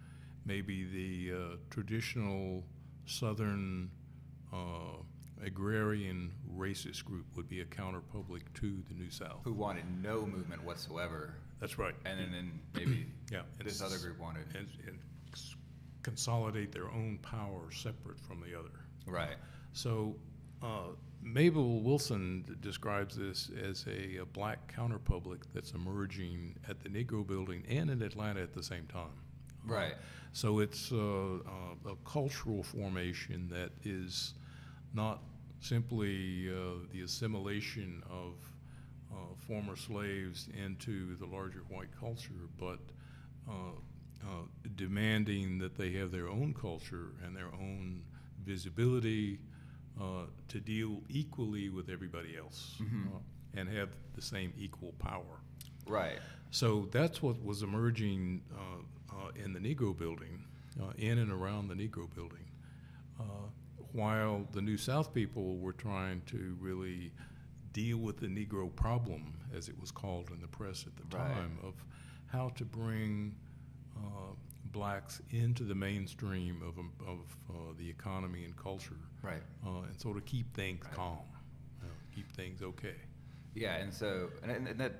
Speaker 2: maybe the uh, traditional Southern uh, agrarian racist group would be a counterpublic to the New South.
Speaker 1: Who wanted no movement whatsoever,
Speaker 2: That's right.
Speaker 1: and then, then maybe
Speaker 2: Yeah.
Speaker 1: this other group wanted.
Speaker 2: and, and s- consolidate their own power separate from the other.
Speaker 1: Right.
Speaker 2: So uh, Mabel Wilson d- describes this as a, a black counterpublic that's emerging at the Negro Building and in Atlanta at the same time.
Speaker 1: Right.
Speaker 2: So it's uh, uh, a cultural formation that is not simply uh, the assimilation of uh, former slaves into the larger white culture, but uh, uh, demanding that they have their own culture and their own visibility uh, to deal equally with everybody else uh, and have the same equal power.
Speaker 1: Right.
Speaker 2: So that's what was emerging uh, uh, in the Negro building, uh, in and around the Negro building, uh, while the New South people were trying to really deal with the Negro problem, as it was called in the press at the
Speaker 1: Right.
Speaker 2: time, of how to bring uh, blacks into the mainstream of, um, of uh, the economy and culture,
Speaker 1: Right.
Speaker 2: uh, and sort of keep things calm, you know, keep things okay.
Speaker 1: Yeah, and so and, and, and that.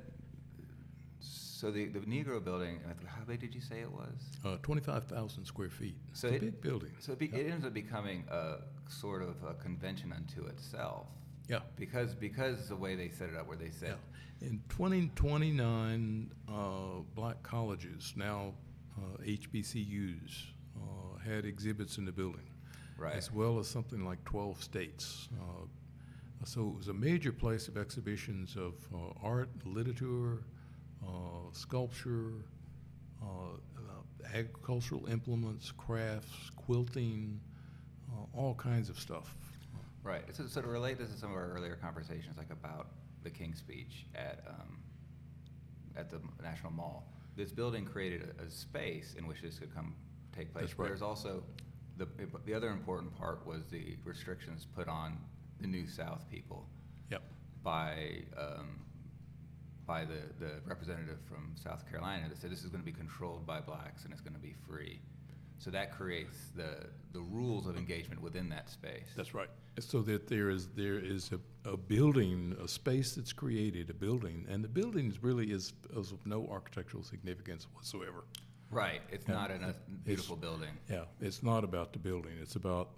Speaker 1: So the, the Negro building, uh, how big did you say it was?
Speaker 2: Uh, 25,000 square feet.
Speaker 1: So it-
Speaker 2: it's a big building.
Speaker 1: So it, be, it ends up becoming a sort of a convention unto itself
Speaker 2: Yeah.
Speaker 1: because because the way they set it up, where they said,
Speaker 2: Yeah. In 2029, uh, black colleges, now uh, HBCUs, uh, had exhibits in the building,
Speaker 1: right,
Speaker 2: as well as something like 12 states. Uh, so it was a major place of exhibitions of uh, art, literature, uh, sculpture, uh, uh, agricultural implements, crafts, quilting, uh, all kinds of stuff. Uh,
Speaker 1: right. So, so to relate this to some of our earlier conversations, like about the King's speech at um, at the National Mall, this building created a, a space in which this could come take place.
Speaker 2: That's right.
Speaker 1: There's also the the other important part was the restrictions put on the New South people.
Speaker 2: Yep.
Speaker 1: by um, by the, the representative from South Carolina that said this is going to be controlled by blacks and it's going to be free. So that creates the the rules of engagement within that space.
Speaker 2: That's right. So that there is, there is a, a building, a space that's created, a building, and the building is really is, is of no architectural significance whatsoever.
Speaker 1: right. It's
Speaker 2: Yeah.
Speaker 1: not in a beautiful building.
Speaker 2: Yeah, it's not about the building, it's about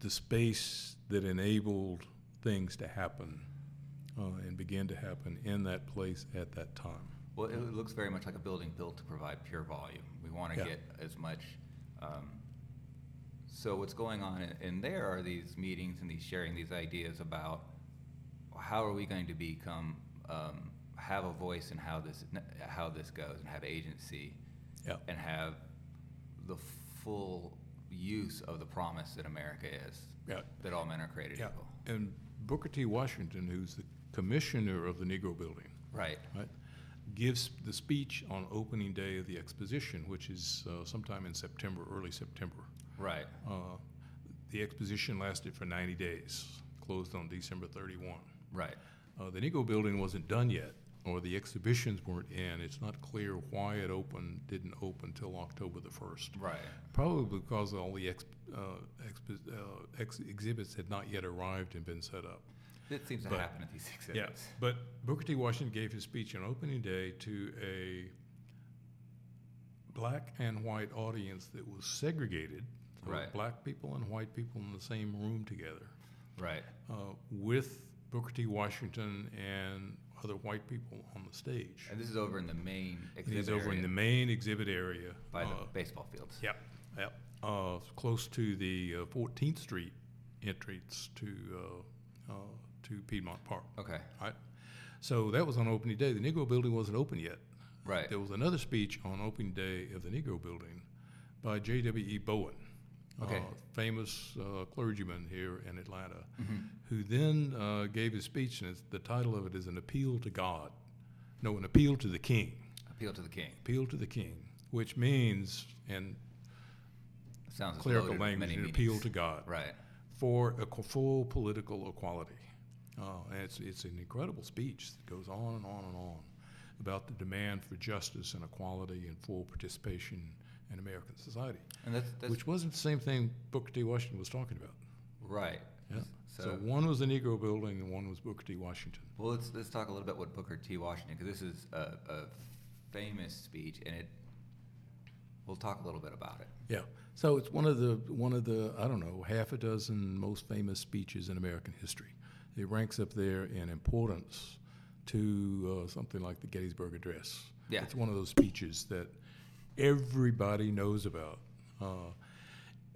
Speaker 2: the space that enabled things to happen uh, and begin to happen in that place at that time.
Speaker 1: Well, it looks very much like a building built to provide pure volume. We want to
Speaker 2: Yeah.
Speaker 1: get as much. Um, so what's going on in, in there are these meetings and these sharing these ideas about how are we going to become um, have a voice in how this how this goes and have agency
Speaker 2: Yeah,
Speaker 1: and have the full use of the promise that America is
Speaker 2: yeah,
Speaker 1: that all men are created
Speaker 2: yeah.
Speaker 1: equal.
Speaker 2: And Booker T. Washington, who's the commissioner of the Negro Building,
Speaker 1: Right.
Speaker 2: right, gives the speech on opening day of the exposition, which is uh, sometime in September, early September.
Speaker 1: Right.
Speaker 2: Uh, the exposition lasted for 90 days, closed on December 31.
Speaker 1: Right.
Speaker 2: Uh, the Negro Building wasn't done yet, or the exhibitions weren't in. It's not clear why it opened, didn't open till October the 1st.
Speaker 1: Right.
Speaker 2: Probably because all the ex, uh, expo- uh, ex- exhibits had not yet arrived and been set up.
Speaker 1: That seems to
Speaker 2: But-
Speaker 1: happen at these
Speaker 2: Yeah,
Speaker 1: exhibits.
Speaker 2: but Booker T. Washington gave his speech on opening day to a black and white audience that was segregated. so
Speaker 1: Right.
Speaker 2: Black people and white people in the same room together,
Speaker 1: Right.
Speaker 2: uh, with Booker T. Washington and other white people on the stage.
Speaker 1: And this is over in the main
Speaker 2: It
Speaker 1: exhibit.
Speaker 2: is over in
Speaker 1: area
Speaker 2: the main exhibit area.
Speaker 1: by the
Speaker 2: uh,
Speaker 1: baseball fields.
Speaker 2: Yep, yep. Uh, it's close to the uh, 14th Street entrance to uh, uh, to Piedmont Park.
Speaker 1: Okay.
Speaker 2: Right. So that was on opening day. The Negro Building wasn't open yet.
Speaker 1: Right.
Speaker 2: There was another speech on opening day of the Negro Building by J.W.E. Bowen,
Speaker 1: Okay.
Speaker 2: uh, famous uh, clergyman here in Atlanta,
Speaker 1: Mm-hmm.
Speaker 2: who then uh, gave his speech, and it's, the title of it is An Appeal to God. No, An Appeal to the King.
Speaker 1: Appeal to the king.
Speaker 2: Appeal to the King, which means, in
Speaker 1: Sounds as
Speaker 2: clerical
Speaker 1: loaded with
Speaker 2: language,
Speaker 1: many
Speaker 2: an
Speaker 1: meanings.
Speaker 2: appeal to God
Speaker 1: Right.
Speaker 2: for a co- full political equality. Uh, and it's, it's an incredible speech that goes on and on and on about the demand for justice and equality and full participation in American society,
Speaker 1: And that's that's
Speaker 2: which wasn't the same thing Booker T. Washington was talking about.
Speaker 1: right.
Speaker 2: Yeah. So,
Speaker 1: So,
Speaker 2: one was the Negro Building and one was Booker T. Washington.
Speaker 1: well, let's let's talk a little bit what Booker T. Washington because this is a, a famous speech, and it. We'll talk a little bit about it.
Speaker 2: Yeah. So it's one of the one of the I don't know half a dozen most famous speeches in American history. It ranks up there in importance to uh, something like the Gettysburg Address.
Speaker 1: Yeah.
Speaker 2: It's one of those speeches that everybody knows about. Uh,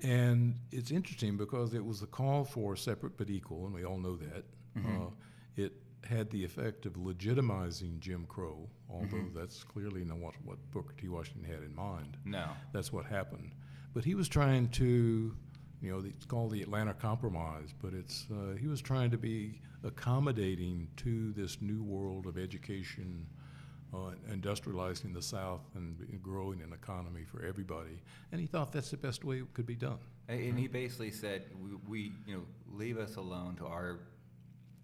Speaker 2: and it's interesting because it was a call for separate but equal, and we all know that. Uh, it had the effect of legitimizing Jim Crow, although that's clearly not what, what Booker T. Washington had in mind
Speaker 1: No.
Speaker 2: that's what happened. But he was trying to, you know, it's called the Atlanta Compromise, but it's uh, he was trying to be accommodating to this new world of education, uh, industrializing the South and growing an economy for everybody. And he thought that's the best way it could be done.
Speaker 1: A- And he basically said, we, we, you know, leave us alone to our,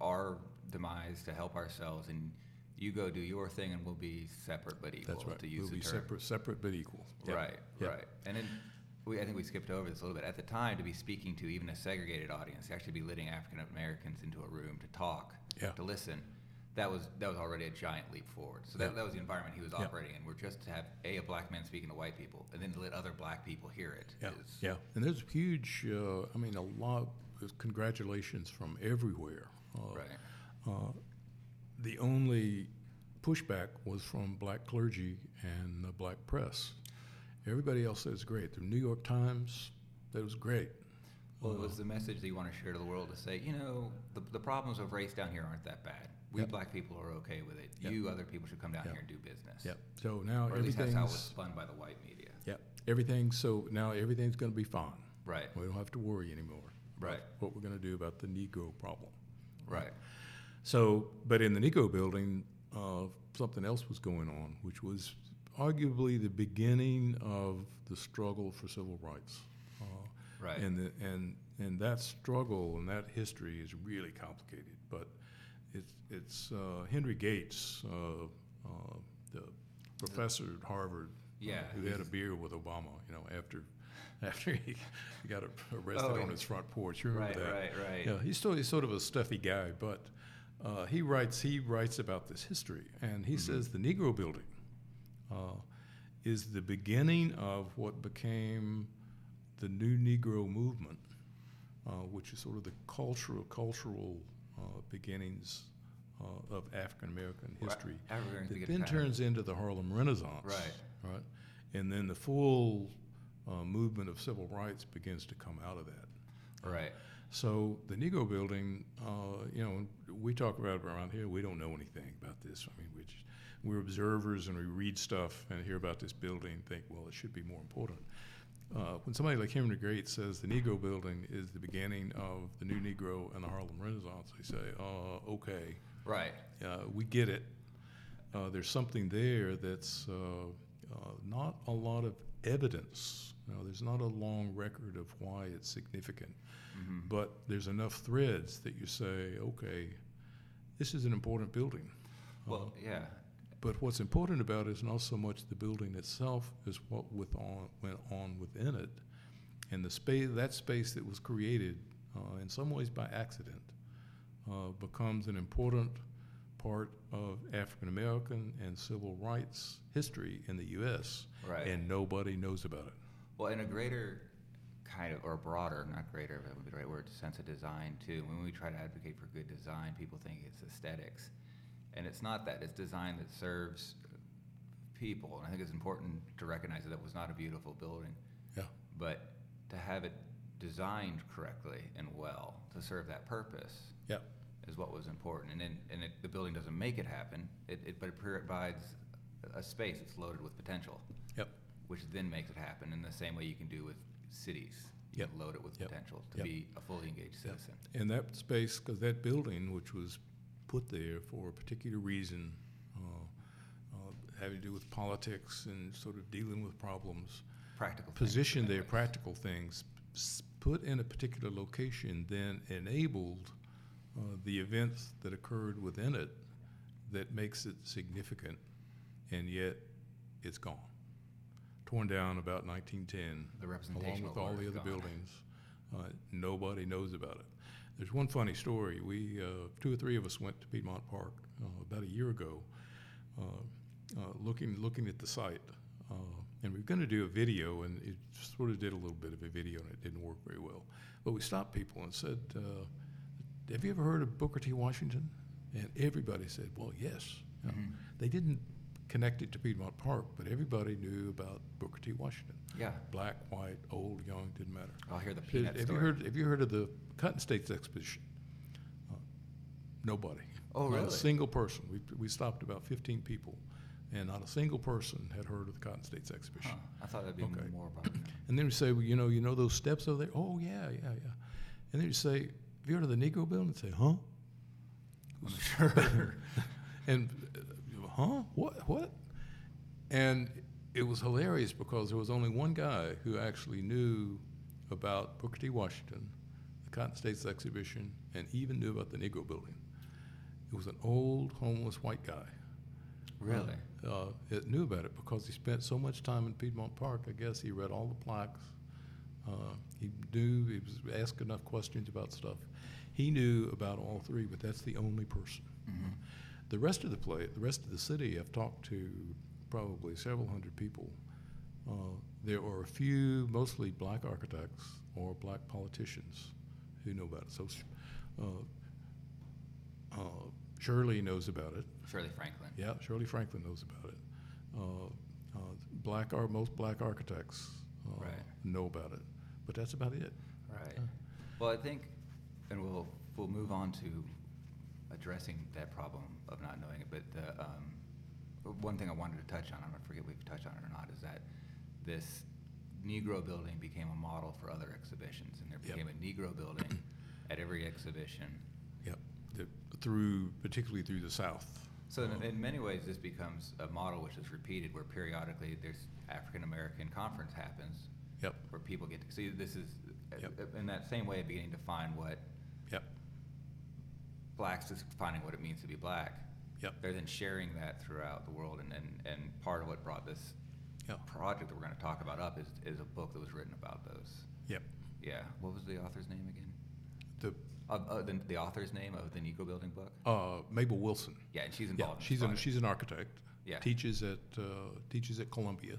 Speaker 1: our demise to help ourselves, and you go do your thing, and we'll be separate but equal.
Speaker 2: That's right.
Speaker 1: To use
Speaker 2: we'll
Speaker 1: the
Speaker 2: be
Speaker 1: term.
Speaker 2: separate, separate but equal. Yeah.
Speaker 1: Right.
Speaker 2: Yeah.
Speaker 1: Right. And then we, I think we skipped over this a little bit. At the time, to be speaking to even a segregated audience, to actually be letting African Americans into a room to talk,
Speaker 2: Yeah.
Speaker 1: to listen. That was that was already a giant leap forward. So that,
Speaker 2: Yeah.
Speaker 1: that was the environment he was
Speaker 2: Yeah.
Speaker 1: operating in. We're just to have a a black man speaking to white people, and then to let other black people hear it.
Speaker 2: Yeah,
Speaker 1: is-
Speaker 2: yeah. And there's huge, uh, I mean, a lot of congratulations from everywhere. Uh,
Speaker 1: Right.
Speaker 2: The only pushback was from black clergy and the black press. Everybody else says great. The New York Times, that was great.
Speaker 1: Well, it was the message that you want to share to the world to say, you know, the, the problems of race down here aren't that bad. We
Speaker 2: Yep.
Speaker 1: black people are okay with it.
Speaker 2: Yep.
Speaker 1: You other people should come down
Speaker 2: Yep.
Speaker 1: here and do business.
Speaker 2: So now
Speaker 1: Or at least that's how it was
Speaker 2: everything's,
Speaker 1: spun by the white media.
Speaker 2: yep, everything, so now everything's going to be fine.
Speaker 1: Right.
Speaker 2: We don't have to worry anymore. about
Speaker 1: Right.
Speaker 2: What we're going to do about the Negro problem.
Speaker 1: Right.
Speaker 2: So, but in the Nico building, uh, something else was going on, which was arguably the beginning of the struggle for civil rights. Uh,
Speaker 1: Right.
Speaker 2: And, the, and, and that struggle and that history is really complicated, but it's, it's uh, Henry Gates, uh, uh, the professor at Harvard, uh,
Speaker 1: Yeah,
Speaker 2: who had a beer with Obama, you know, after, after he got arrested
Speaker 1: Oh,
Speaker 2: on his front porch. You remember
Speaker 1: Right,
Speaker 2: that?
Speaker 1: right, right.
Speaker 2: Yeah, he's still he's sort of a stuffy guy, but uh, he writes he writes about this history, and he says the Negro Building uh, is the beginning of what became the New Negro Movement, uh, which is sort of the cultural cultural uh, beginnings uh, of African American history.
Speaker 1: African
Speaker 2: That
Speaker 1: American
Speaker 2: then turns into the Harlem Renaissance,
Speaker 1: Right.
Speaker 2: Right, and then the full uh, movement of civil rights begins to come out of that.
Speaker 1: Right.
Speaker 2: So the Nego building, uh, you know, we talk about it around here. We don't know anything about this. I mean, we just, we're observers and we read stuff and hear about this building and think, well, it should be more important. uh, when somebody like Henry Great says the Negro Building is the beginning of the new Negro and the Harlem Renaissance, they say, uh, okay,
Speaker 1: Right.
Speaker 2: uh, we get it. Uh, there's something there that's uh, uh, not a lot of evidence. Now, there's not a long record of why it's significant, but there's enough threads that you say, okay, this is an important building.
Speaker 1: Well, yeah.
Speaker 2: But what's important about it is not so much the building itself as what with on, went on within it, and the space that space that was created, uh, in some ways by accident, uh, becomes an important part of African American and civil rights history in the U.S.
Speaker 1: Right.
Speaker 2: And nobody knows about it.
Speaker 1: Well, in a greater kind of, or broader, not greater, but would be the right word, sense of design too. When we try to advocate for good design, people think it's aesthetics. And it's not that, it's design that serves people. And I think it's important to recognize that it was not a beautiful building,
Speaker 2: Yeah.
Speaker 1: but to have it designed correctly and well to serve that purpose
Speaker 2: Yeah.
Speaker 1: is what was important. And then, and it, the building doesn't make it happen, it, it, but it provides a space that's loaded with potential
Speaker 2: Yep.
Speaker 1: which then makes it happen in the same way you can do with cities. You
Speaker 2: Yep.
Speaker 1: can load it with
Speaker 2: Yep.
Speaker 1: potential to
Speaker 2: Yep.
Speaker 1: be a fully engaged citizen.
Speaker 2: And that space, because that building, which was put there for a particular reason, uh, uh, having to do with politics and sort of dealing with problems,
Speaker 1: Practical things
Speaker 2: position
Speaker 1: that
Speaker 2: their
Speaker 1: way.
Speaker 2: practical things, s- put in a particular location, then enabled uh, the events that occurred within it that makes it significant, and yet it's gone. Torn down about 1910
Speaker 1: The
Speaker 2: along
Speaker 1: representation
Speaker 2: with all the other buildings. Uh, nobody knows about it. There's one funny story. We, uh, two or three of us went to Piedmont Park uh, about a year ago, uh, uh, looking, looking at the site. Uh, and we were going to do a video, and it sort of did a little bit of a video, and it didn't work very well. But we stopped people and said, uh, have you ever heard of Booker T. Washington? And everybody said, well, yes. You know, They didn't connect it to Piedmont Park, but everybody knew about Booker T. Washington
Speaker 1: Yeah.
Speaker 2: black, white, old, young, didn't matter.
Speaker 1: I'll hear the
Speaker 2: Have
Speaker 1: peanut
Speaker 2: you
Speaker 1: story.
Speaker 2: heard? Have you heard of the Cotton States Exposition? Uh, Nobody.
Speaker 1: Oh,
Speaker 2: Not
Speaker 1: really?
Speaker 2: a single person. We, we stopped about 15 people, and not a single person had heard of the Cotton States Exhibition.
Speaker 1: Huh. I thought that'd be
Speaker 2: Okay.
Speaker 1: more about it. now.
Speaker 2: And then we say, well, you know, you know those steps over there? Oh, yeah, yeah, yeah. And then you say, have you heard of the Negro Building? Say, huh? Sure. and, uh, huh? What? What? And it was hilarious because there was only one guy who actually knew about Booker T. Washington, the Cotton States Exhibition, and even knew about the Negro Building. It was an old, homeless white guy
Speaker 1: Really?
Speaker 2: uh, it knew about it because he spent so much time in Piedmont Park. I guess he read all the plaques. Uh, he knew he was asked enough questions about stuff. He knew about all three, but that's the only person. The rest of the play, the rest of the city, I've talked to probably several hundred people. Uh, there are a few, mostly black architects or black politicians, who know about it. So, uh, uh, Shirley knows about it.
Speaker 1: Shirley Franklin.
Speaker 2: Yeah, Shirley Franklin knows about it. Uh, uh, black are most black architects uh,
Speaker 1: Right.
Speaker 2: know about it, but that's about it.
Speaker 1: Right.
Speaker 2: Uh.
Speaker 1: Well, I think, and we'll we'll move on to addressing that problem of not knowing it. But the um, but one thing I wanted to touch on, I'm gonna forget we've touched on it or not, is that this Negro building became a model for other exhibitions, and there
Speaker 2: Yep.
Speaker 1: became a Negro building at every exhibition.
Speaker 2: Yep. The, through particularly through the South.
Speaker 1: So in, in many ways, this becomes a model which is repeated, where periodically there's African American conference happens,
Speaker 2: Yep.
Speaker 1: where people get to see. This is
Speaker 2: Yep.
Speaker 1: in that same way beginning to find what
Speaker 2: Yep.
Speaker 1: blacks is finding what it means to be black.
Speaker 2: Yep.
Speaker 1: They're then sharing that throughout the world, and, and, and part of what brought this
Speaker 2: Yep.
Speaker 1: project that we're going to talk about up is, is a book that was written about those.
Speaker 2: Yep.
Speaker 1: Yeah. What was the author's name again?
Speaker 2: The
Speaker 1: Of uh, the, the author's name of the Negro Building book?
Speaker 2: uh, Mabel Wilson.
Speaker 1: Yeah, and she's
Speaker 2: Yeah,
Speaker 1: involved. in this
Speaker 2: she's an,
Speaker 1: project.
Speaker 2: she's an architect.
Speaker 1: Yeah.
Speaker 2: Teaches at uh, teaches at Columbia.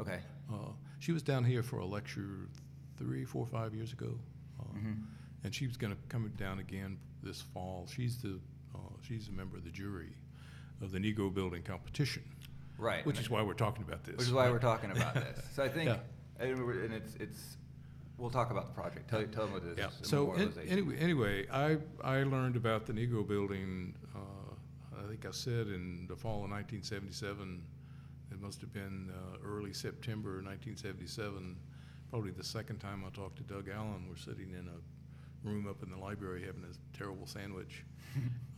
Speaker 1: Okay.
Speaker 2: Uh, she was down here for a lecture three, four, five years ago, uh,
Speaker 1: Mm-hmm.
Speaker 2: and she was going to come down again this fall. She's the uh, she's a member of the jury of the Negro Building competition,
Speaker 1: Right.
Speaker 2: which
Speaker 1: and
Speaker 2: is why we're talking about this.
Speaker 1: Which is why we're talking about this. So I think,
Speaker 2: Yeah.
Speaker 1: and we're- and it's, it's, we'll talk about the project. Tell, tell them what it is.
Speaker 2: Yeah.
Speaker 1: it's a
Speaker 2: So an-
Speaker 1: memorialization.
Speaker 2: anyway, anyway, I I learned about the Negro Building. Uh, I think I said in the fall of 1977. It must have been uh, early September 1977 probably the second time I talked to Doug Allen, we're sitting in a room up in the library having a terrible sandwich.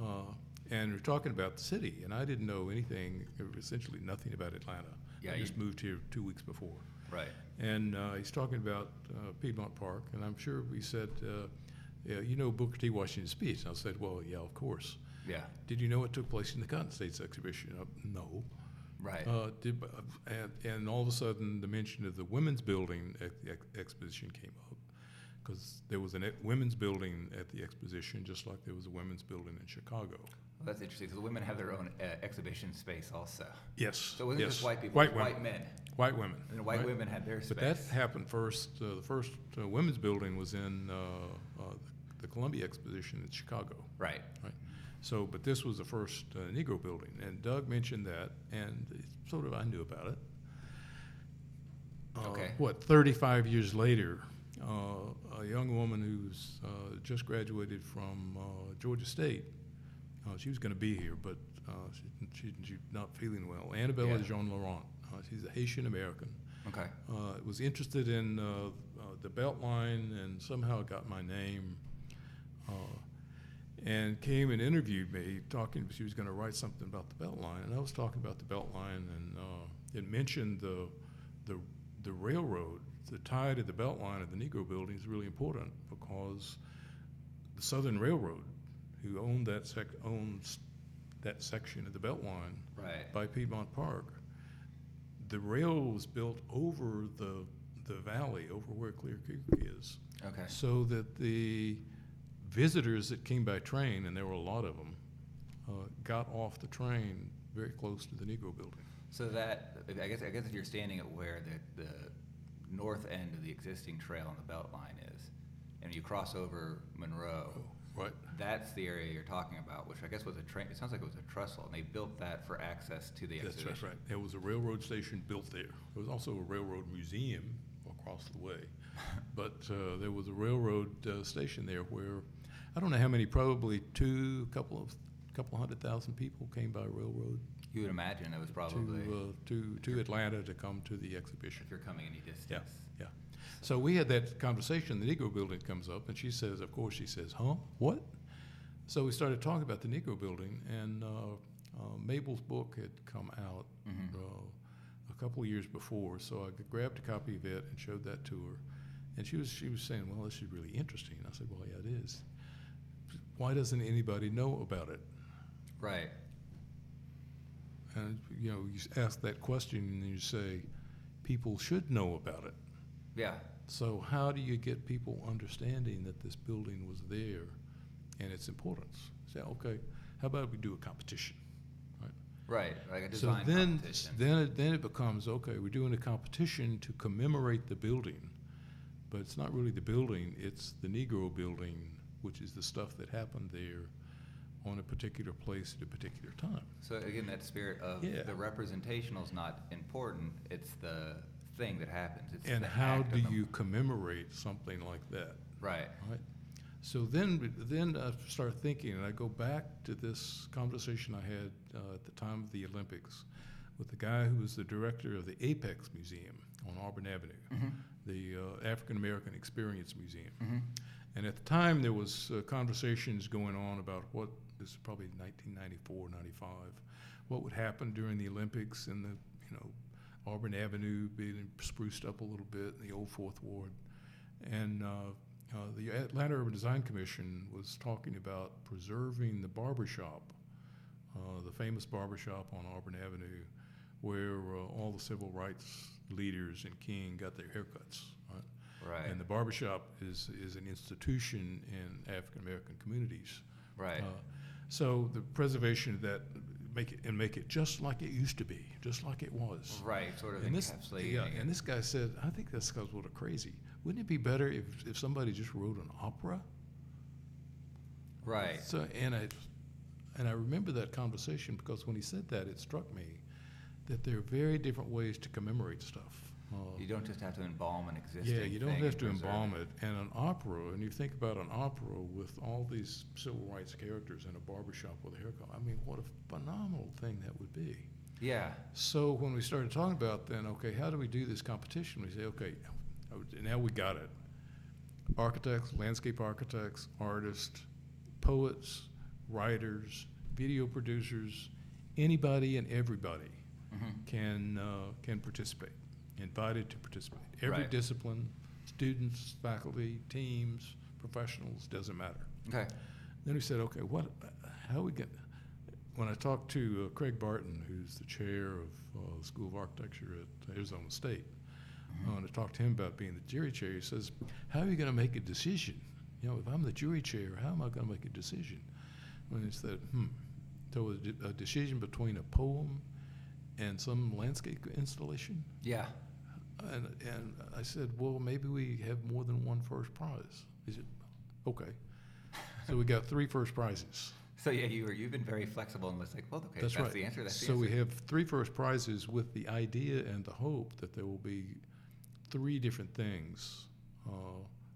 Speaker 2: uh, and we're talking about the city, and I didn't know anything, essentially nothing about Atlanta.
Speaker 1: Yeah,
Speaker 2: I
Speaker 1: you-
Speaker 2: just moved here two weeks before.
Speaker 1: Right.
Speaker 2: And uh, he's talking about uh, Piedmont Park, and I'm sure we said, uh, yeah, you know Booker T. Washington's speech. And I said, well, yeah, of course.
Speaker 1: Yeah.
Speaker 2: Did you know what took place in the Cotton States Exhibition? Uh, no.
Speaker 1: Right.
Speaker 2: Uh, did, and, and all of a sudden, the mention of the women's building at the ex- exposition came up because there was a women's building at the exposition, just like there was a women's building in Chicago.
Speaker 1: Well, that's interesting because the women have their own uh, exhibition space also.
Speaker 2: Yes.
Speaker 1: So it wasn't
Speaker 2: yes.
Speaker 1: just white people,
Speaker 2: White
Speaker 1: it was white
Speaker 2: women.
Speaker 1: men.
Speaker 2: White women.
Speaker 1: And the white
Speaker 2: right?
Speaker 1: women had their space.
Speaker 2: But that happened first. Uh, the first uh, women's building was in uh, uh, the Columbia Exposition in Chicago.
Speaker 1: right.
Speaker 2: Right. So, but this was the first uh, Negro building, and Doug mentioned that, and it- sort of I knew about it. Uh,
Speaker 1: Okay.
Speaker 2: What, 35 years later, uh, a young woman who's uh, just graduated from uh, Georgia State, uh, she was going to be here, but uh, she, she, she's not feeling well. Annabella
Speaker 1: Yeah.
Speaker 2: Jean Laurent, uh, she's a Haitian American
Speaker 1: Okay.
Speaker 2: uh, was interested in uh, uh, the Beltline and somehow got my name uh, and came and interviewed me talking she was going to write something about the Beltline and I was talking about the Beltline and uh, it mentioned the, the the railroad the tie to the Beltline of the Negro building is really important because the Southern Railroad who owned that sec- owns that section of the Beltline
Speaker 1: Right.
Speaker 2: by Piedmont Park. The rail was built over the, the valley, over where Clear Creek is,
Speaker 1: Okay.
Speaker 2: so that the visitors that came by train, and there were a lot of them, uh, got off the train very close to the Negro Building.
Speaker 1: So that I guess I guess if you're standing at where the, the north end of the existing trail on the Beltline is, and you cross over Monroe,
Speaker 2: Right.
Speaker 1: that's the area you're talking about, which I guess was a train. It sounds like it was a trestle, and they built that for access to the
Speaker 2: That's
Speaker 1: exhibition.
Speaker 2: right. right. There was a railroad station built there. There was also a railroad museum across the way. But uh, there was a railroad uh, station there where, I don't know how many, probably two, couple of, couple hundred thousand people came by railroad
Speaker 1: You would imagine it was probably
Speaker 2: to, uh, to, to Atlanta to come to the exhibition.
Speaker 1: if you're coming any distance.
Speaker 2: Yeah. So we had that conversation. The Negro building comes up, and she says, Of course, she says, Huh? What? So we started talking about the Negro building, and uh, uh, Mabel's book had come out
Speaker 1: Mhm.
Speaker 2: uh, a couple of years before. So I grabbed a copy of it and showed that to her. And she was, she was saying, Well, this is really interesting. I said, Well, yeah, it is. Why doesn't anybody know about it?
Speaker 1: Right.
Speaker 2: And you know, you s- ask that question and you say, people should know about it.
Speaker 1: Yeah.
Speaker 2: So how do you get people understanding that this building was there and its importance? Say, okay, how about we do a competition?
Speaker 1: Right. Like a
Speaker 2: So
Speaker 1: design
Speaker 2: then,
Speaker 1: competition.
Speaker 2: then it, then it becomes, okay, we're doing a competition to commemorate the building, but it's not really the building, it's the Negro building, which is the stuff that happened there on a particular place at a particular time.
Speaker 1: So again, that spirit of
Speaker 2: Yeah.
Speaker 1: the representational is not important. It's the thing that happens. It's
Speaker 2: And
Speaker 1: the
Speaker 2: how
Speaker 1: act
Speaker 2: do
Speaker 1: of the-
Speaker 2: you commemorate something like that?
Speaker 1: Right.
Speaker 2: Right. So then, then I start thinking, and I go back to this conversation I had uh, at the time of the Olympics with the guy who was the director of the Apex Museum on Auburn Avenue, the uh, African American Experience Museum. And at the time, there was uh, conversations going on about what this is probably 1994, 95, what would happen during the Olympics and the you know Auburn Avenue being spruced up a little bit, and the old Fourth Ward, and uh, uh, the Atlanta Urban Design Commission was talking about preserving the barber shop, uh, the famous barber shop on Auburn Avenue, where uh, all the civil rights leaders and King got their haircuts. Right?
Speaker 1: Right.
Speaker 2: And the barbershop is, is an institution in African American communities.
Speaker 1: right.
Speaker 2: Uh, so the preservation of that, make it, and make it just like it used to be, just like it was.
Speaker 1: right. Sort of
Speaker 2: uh, And this,
Speaker 1: encapsulating.
Speaker 2: yeah,
Speaker 1: it.
Speaker 2: and this guy said, I think that's because we're crazy. Wouldn't it be better if, if somebody just wrote an opera?
Speaker 1: right.
Speaker 2: So, and I, and I remember that conversation because when he said that, it struck me that there are very different ways to commemorate stuff. Uh,
Speaker 1: You don't just have to embalm an existing.
Speaker 2: Yeah, you don't
Speaker 1: thing
Speaker 2: have
Speaker 1: and
Speaker 2: to
Speaker 1: preserve
Speaker 2: embalm it. And an opera, and you think about an opera with all these civil rights characters in a barbershop with a haircut. I mean, what a phenomenal thing that would be.
Speaker 1: Yeah.
Speaker 2: So when we started talking about then, okay, how do we do this competition? We say, okay, I would- Now we got it. Architects, landscape architects, artists, poets, writers, video producers, anybody and everybody can, uh, can participate, invited to participate. Every
Speaker 1: Right.
Speaker 2: discipline, students, faculty, teams, professionals, doesn't matter.
Speaker 1: Okay.
Speaker 2: Then we said, okay, what, how we get, when I talked to uh, Craig Barton, who's the chair of uh, the School of Architecture at Arizona State, uh, and I talked to him about being the jury chair, he says, how are you going to make a decision? You know, if I'm the jury chair, how am I going to make a decision? And he said, hmm, so a, de- a decision between a poem and some landscape installation?
Speaker 1: Yeah.
Speaker 2: And, and I said, well, maybe we have more than one first prize. He said, okay. So we got three first prizes.
Speaker 1: So yeah, you were you've been very flexible and was like, well, okay,
Speaker 2: That's
Speaker 1: that's,
Speaker 2: right.
Speaker 1: the answer. That's
Speaker 2: So
Speaker 1: the
Speaker 2: we
Speaker 1: answer.
Speaker 2: have three first prizes with the idea and the hope that there will be three different things uh,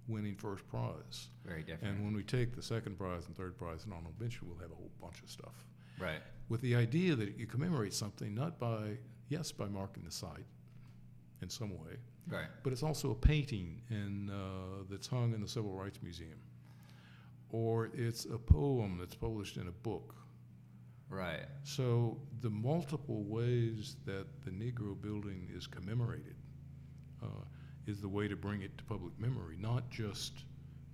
Speaker 2: winning first prize.
Speaker 1: very different.
Speaker 2: And when we take the second prize and third prize and on eventually we'll have a whole bunch of stuff.
Speaker 1: right.
Speaker 2: With the idea that you commemorate something not by, yes, by marking the site in some way,
Speaker 1: Right.
Speaker 2: but it's also a painting in, uh, that's hung in the Civil Rights Museum. Or it's a poem that's published in a book.
Speaker 1: Right.
Speaker 2: So the multiple ways that the Negro building is commemorated uh, is the way to bring it to public memory, not just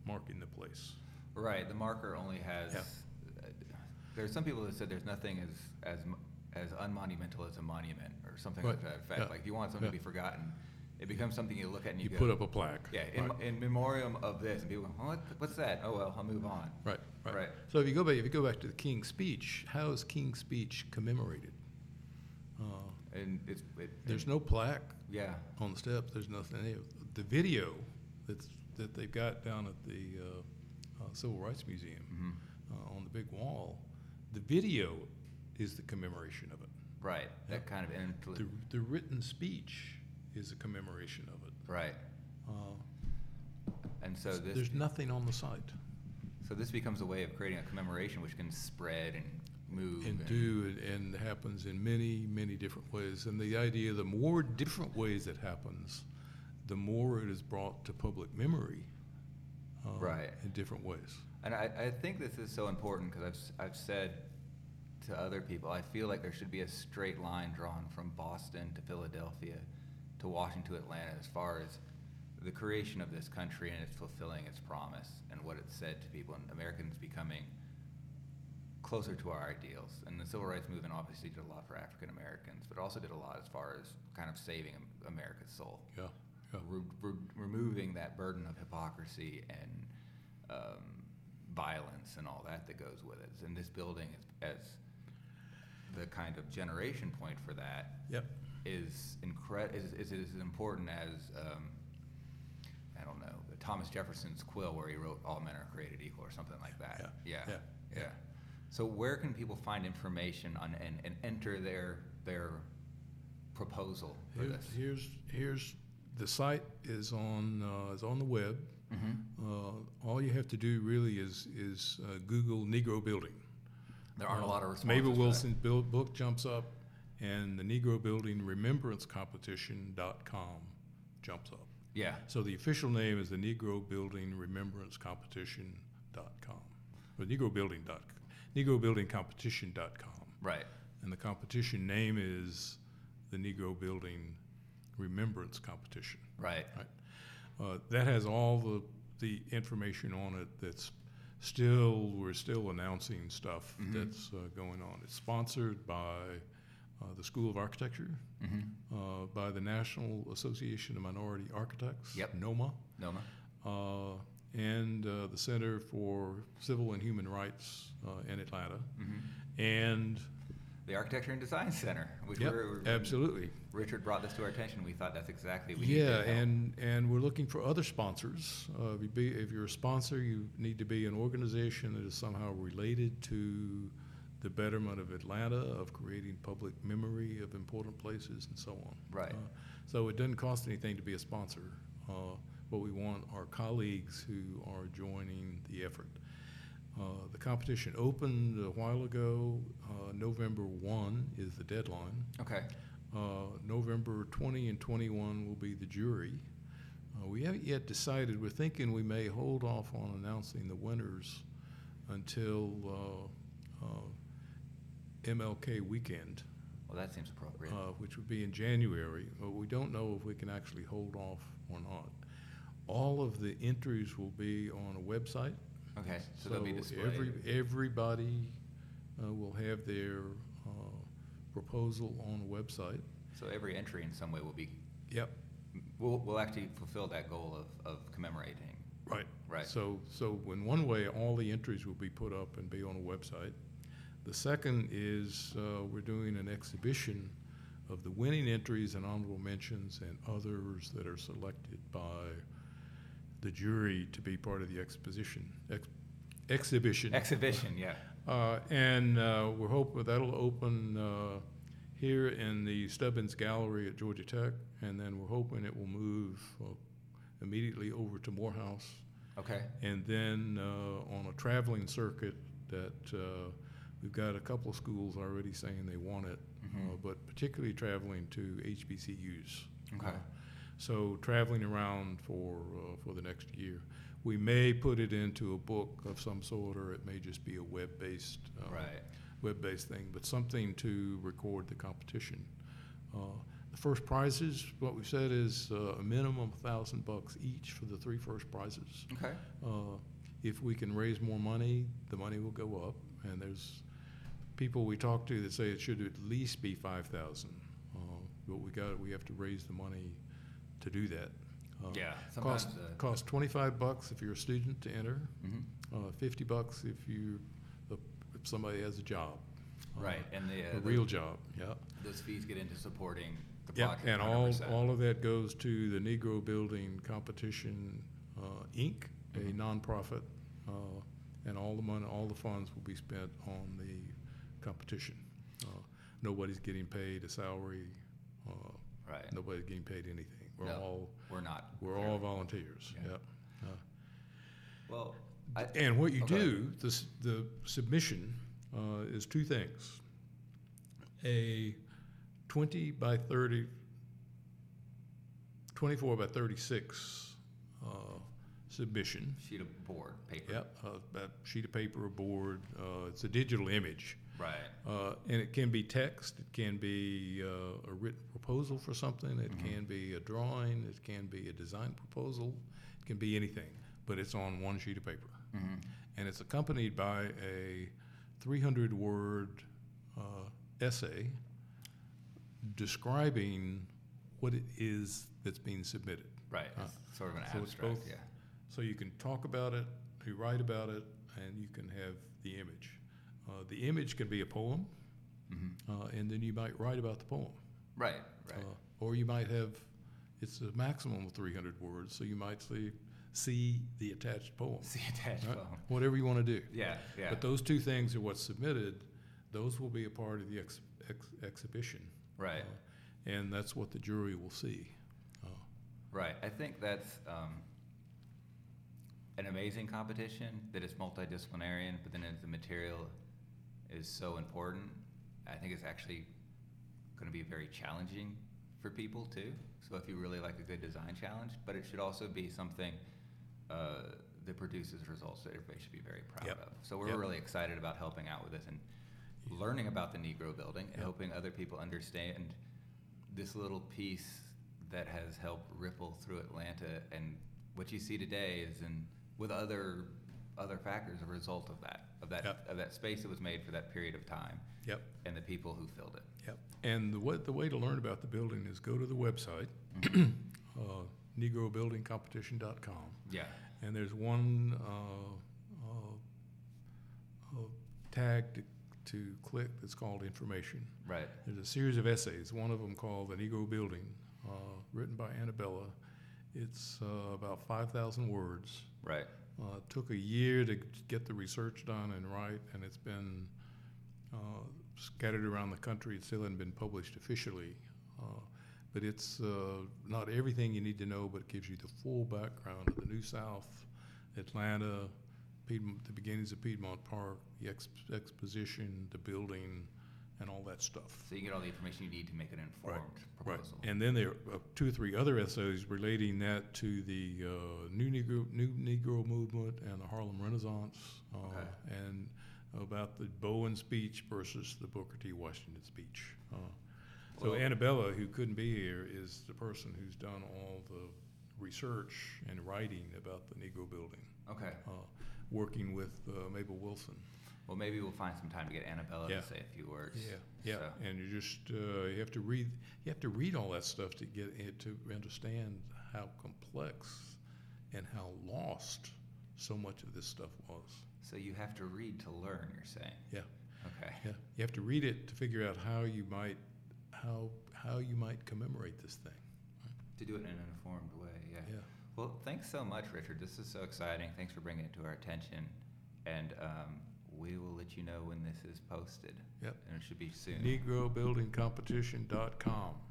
Speaker 2: marking the place.
Speaker 1: Right. The marker only has. uh,
Speaker 2: Yeah.
Speaker 1: There's some people that said there's nothing as as m- as unmonumental as a monument or something
Speaker 2: Right.
Speaker 1: like that. In fact,
Speaker 2: Yeah.
Speaker 1: like if you want something
Speaker 2: Yeah.
Speaker 1: to be forgotten, it becomes something you look at and you,
Speaker 2: You
Speaker 1: go,
Speaker 2: put up a plaque.
Speaker 1: yeah, in,
Speaker 2: Right.
Speaker 1: in memoriam of this, and people go, what, what's that? Oh well, I'll move on.
Speaker 2: Right, right.
Speaker 1: Right.
Speaker 2: So if you go back, if you go back to the King's speech, how is King's speech commemorated?
Speaker 1: Mm.
Speaker 2: Uh,
Speaker 1: And it's it,
Speaker 2: There's no plaque.
Speaker 1: yeah.
Speaker 2: on the steps. There's nothing. there. The video that's that they've got down at the uh, uh, Civil Rights Museum
Speaker 1: Mhm.
Speaker 2: uh, on the big wall, the video is the commemoration of it.
Speaker 1: Right. That kind of
Speaker 2: The,
Speaker 1: influ-
Speaker 2: the written speech is a commemoration of it.
Speaker 1: right.
Speaker 2: Uh,
Speaker 1: And so this
Speaker 2: there's nothing on the site
Speaker 1: so this becomes a way of creating a commemoration which can spread and move
Speaker 2: and do it and happens in many many different ways. And the idea, the more different ways it happens, the more it is brought to public memory. uh,
Speaker 1: Right.
Speaker 2: In different ways.
Speaker 1: And I, I think this is so important because I've, s- I've said to other people, I feel like there should be a straight line drawn from Boston to Philadelphia to Washington to Atlanta as far as the creation of this country and its fulfilling its promise and what it said to people and Americans becoming closer to our ideals. And the civil rights movement obviously did a lot for African Americans, but also did a lot as far as kind of saving Am- America's soul
Speaker 2: Yeah. Yeah.
Speaker 1: re- re- removing that burden of hypocrisy and um, violence and all that that goes with it. And this building is, as the kind of generation point for that
Speaker 2: Yep.
Speaker 1: is incre- is, is, is as important as um, I don't know Thomas Jefferson's quill where he wrote "All men are created equal" or something like that.
Speaker 2: Yeah,
Speaker 1: yeah.
Speaker 2: yeah,
Speaker 1: yeah. So where can people find information on and, and enter their their proposal for
Speaker 2: Here-
Speaker 1: this?
Speaker 2: Here's, here's, the site is on, uh, is on the web.
Speaker 1: Mm-hmm.
Speaker 2: Uh, All you have to do really is, is uh, Google Negro Building.
Speaker 1: There aren't a lot of
Speaker 2: Uh,
Speaker 1: responses.
Speaker 2: Mabel
Speaker 1: for that.
Speaker 2: Wilson's build, book jumps up, and the Negro Building Remembrance Competition dot com jumps up.
Speaker 1: Yeah.
Speaker 2: So the official name is the Negro Building Remembrance Competition dot com, or Negro Building dot, Negro Building Competition dot com.
Speaker 1: Right.
Speaker 2: And the competition name is the Negro Building Remembrance Competition.
Speaker 1: Right.
Speaker 2: Right. Uh, that has all the, the information on it that's still, we're still announcing stuff that's uh, going on. It's sponsored by uh, the School of Architecture, uh, by the National Association of Minority Architects,
Speaker 1: Yep.
Speaker 2: NOMA,
Speaker 1: Noma.
Speaker 2: uh, and uh, the Center for Civil and Human Rights uh, in Atlanta, and
Speaker 1: The Architecture and Design Center, which
Speaker 2: yep,
Speaker 1: we're, we're-
Speaker 2: absolutely.
Speaker 1: Richard brought this to our attention. We thought that's exactly we need.
Speaker 2: Yeah,
Speaker 1: to help.
Speaker 2: and, and we're looking for other sponsors. Uh, if you be, if you're a sponsor, you need to be an organization that is somehow related to the betterment of Atlanta, of creating public memory of important places and so on.
Speaker 1: Right.
Speaker 2: Uh, So it doesn't cost anything to be a sponsor. Uh, What we want are colleagues who are joining the effort. Uh, The competition opened a while ago. Uh, November one is the deadline.
Speaker 1: okay.
Speaker 2: Uh, November 20 and 21 will be the jury. Uh, Uh, we haven't yet decided. We're thinking we may hold off on announcing the winners until uh, uh, MLK weekend,
Speaker 1: Well, that seems appropriate.
Speaker 2: uh, which would be in January. But we don't know if we can actually hold off or not. All of the entries will be on a website.
Speaker 1: Okay, so they'll be
Speaker 2: So
Speaker 1: displayed.
Speaker 2: every, everybody uh, will have their uh, proposal on the website.
Speaker 1: So every entry in some way will be,
Speaker 2: Yep,
Speaker 1: will, will actually fulfill that goal of, of commemorating,
Speaker 2: right.
Speaker 1: right?
Speaker 2: So, so in one way, all the entries will be put up and be on a website. The second is uh, we're doing an exhibition of the winning entries and honorable mentions and others that are selected by the jury to be part of the exposition, ex- exhibition.
Speaker 1: Exhibition, yeah.
Speaker 2: Uh, and uh, we're hoping that'll open uh, here in the Stubbins Gallery at Georgia Tech, and then we're hoping it will move uh, immediately over to Morehouse,
Speaker 1: Okay,
Speaker 2: and then uh, on a traveling circuit that uh, we've got a couple of schools already saying they want it, uh, but particularly traveling to HBCUs.
Speaker 1: okay,
Speaker 2: Uh, So traveling around for uh, for the next year, we may put it into a book of some sort, or it may just be a web-based uh,
Speaker 1: right.
Speaker 2: web-based thing, but something to record the competition. Uh, the first prizes, what we've said is uh, a minimum thousand bucks each for the three first prizes.
Speaker 1: Okay,
Speaker 2: Uh, if we can raise more money, the money will go up, and there's people we talk to that say it should at least be five thousand. Uh, but we got we have to raise the money to do that. Uh,
Speaker 1: yeah, sometimes
Speaker 2: Cost,
Speaker 1: the,
Speaker 2: cost twenty-five bucks if you're a student to enter,
Speaker 1: Mhm.
Speaker 2: uh, fifty bucks if you, if somebody has a job. uh,
Speaker 1: right, and the,
Speaker 2: A
Speaker 1: uh,
Speaker 2: real job, yeah.
Speaker 1: those- those fees get into supporting the
Speaker 2: Yeah,
Speaker 1: project
Speaker 2: and all,
Speaker 1: 100%.
Speaker 2: all of that goes to the Negro Building Competition, uh, Inc., a
Speaker 1: Mhm.
Speaker 2: nonprofit, uh, and all the money, all the funds will be spent on the competition. Uh, Nobody's getting paid a salary, uh,
Speaker 1: Right,
Speaker 2: nobody's getting paid anything. We're
Speaker 1: No.
Speaker 2: all,
Speaker 1: we're not.
Speaker 2: we're all volunteers,
Speaker 1: Yeah.
Speaker 2: yeah.
Speaker 1: Well, I,
Speaker 2: And what you
Speaker 1: Okay.
Speaker 2: do, the, s- the submission uh, is two things. A 20 by 30, 24 by 36 uh, submission.
Speaker 1: sheet of board, paper,
Speaker 2: Yep, a a sheet of paper, a board, uh, it's a digital image.
Speaker 1: right,
Speaker 2: Uh, And it can be text, it can be uh, a written proposal for something, it can be a drawing, it can be a design proposal, it can be anything, but it's on one sheet of paper. And it's accompanied by a 300-word uh, essay describing what it is that's being submitted.
Speaker 1: right, it's sort of an
Speaker 2: Uh, so it's
Speaker 1: abstract,
Speaker 2: both-
Speaker 1: yeah.
Speaker 2: So you can talk about it, you write about it, and you can have the image. Uh, The image can be a poem,
Speaker 1: Mhm.
Speaker 2: uh, and then you might write about the poem.
Speaker 1: Right, right,
Speaker 2: Uh, Or you might have, it's a maximum of 300 words, so you might say, see the attached poem.
Speaker 1: see attached
Speaker 2: right?
Speaker 1: phone.
Speaker 2: Whatever you want to do.
Speaker 1: Yeah, yeah,
Speaker 2: But those two things are what's submitted, those will be a part of the ex- ex- exhibition. Uh,
Speaker 1: right.
Speaker 2: And that's what the jury will see. Uh,
Speaker 1: Right. I think that's um, an amazing competition that it's multidisciplinary, but then it- the material is so important. I think it's actually going to be very challenging for people too. So if you really like a good design challenge, but it should also be something uh, that produces results that everybody should be very proud
Speaker 2: Yep.
Speaker 1: of. So we're
Speaker 2: Yep.
Speaker 1: really excited about helping out with this and learning about the Negro building and
Speaker 2: Yep.
Speaker 1: helping other people understand this little piece that has helped ripple through Atlanta and what you see today is in with other other factors a result of that of that
Speaker 2: Yep.
Speaker 1: of that space that was made for that period of time
Speaker 2: Yep,
Speaker 1: and the people who filled it.
Speaker 2: yep. And the way, the way to learn about the building is go to the website, uh, negrobuildingcompetition.com.
Speaker 1: Yeah.
Speaker 2: And there's one uh, uh, uh, tag to- to click that's called information.
Speaker 1: Right.
Speaker 2: There's a series of essays, one of them called The Negro Building, uh, written by Annabella. It's uh, about 5,000 words.
Speaker 1: Right.
Speaker 2: Uh, it took a year to get the research done and write, and it's been uh, scattered around the country. It still hasn't been published officially. Uh, but it's uh, not everything you need to know, but it gives you the full background of the New South, Atlanta, Piedmont, the beginnings of Piedmont Park, the ex- exposition, the building, and all that stuff.
Speaker 1: So you get all the information you need to make an informed proposal.
Speaker 2: Right. And then there are uh, two or three other essays relating that to the uh, New Negro New Negro Movement and the Harlem Renaissance, uh,
Speaker 1: Okay.
Speaker 2: and about the Bowen speech versus the Booker T. Washington speech. Uh, so
Speaker 1: Well-
Speaker 2: Annabella, who couldn't be here, is the person who's done all the research and writing about the Negro Building,
Speaker 1: Okay.
Speaker 2: uh, working with uh, Mabel Wilson.
Speaker 1: Well, maybe we'll find some time to get Annabella
Speaker 2: Yeah.
Speaker 1: to say a few words.
Speaker 2: Yeah, yeah,
Speaker 1: So-
Speaker 2: and you just uh, you have to read you have to read all that stuff to get it to understand how complex and how lost so much of this stuff was.
Speaker 1: So you have to read to learn, you're saying?
Speaker 2: Yeah.
Speaker 1: Okay.
Speaker 2: Yeah, you have to read it to figure out how you might how how you might commemorate this thing.
Speaker 1: To do it in an informed way, yeah.
Speaker 2: Yeah,
Speaker 1: Well, thanks so much, Richard. This is so exciting. Thanks for bringing it to our attention. And um, we will let you know when this is posted.
Speaker 2: Yep.
Speaker 1: And it should be soon.
Speaker 2: NegroBuildingCompetition.com.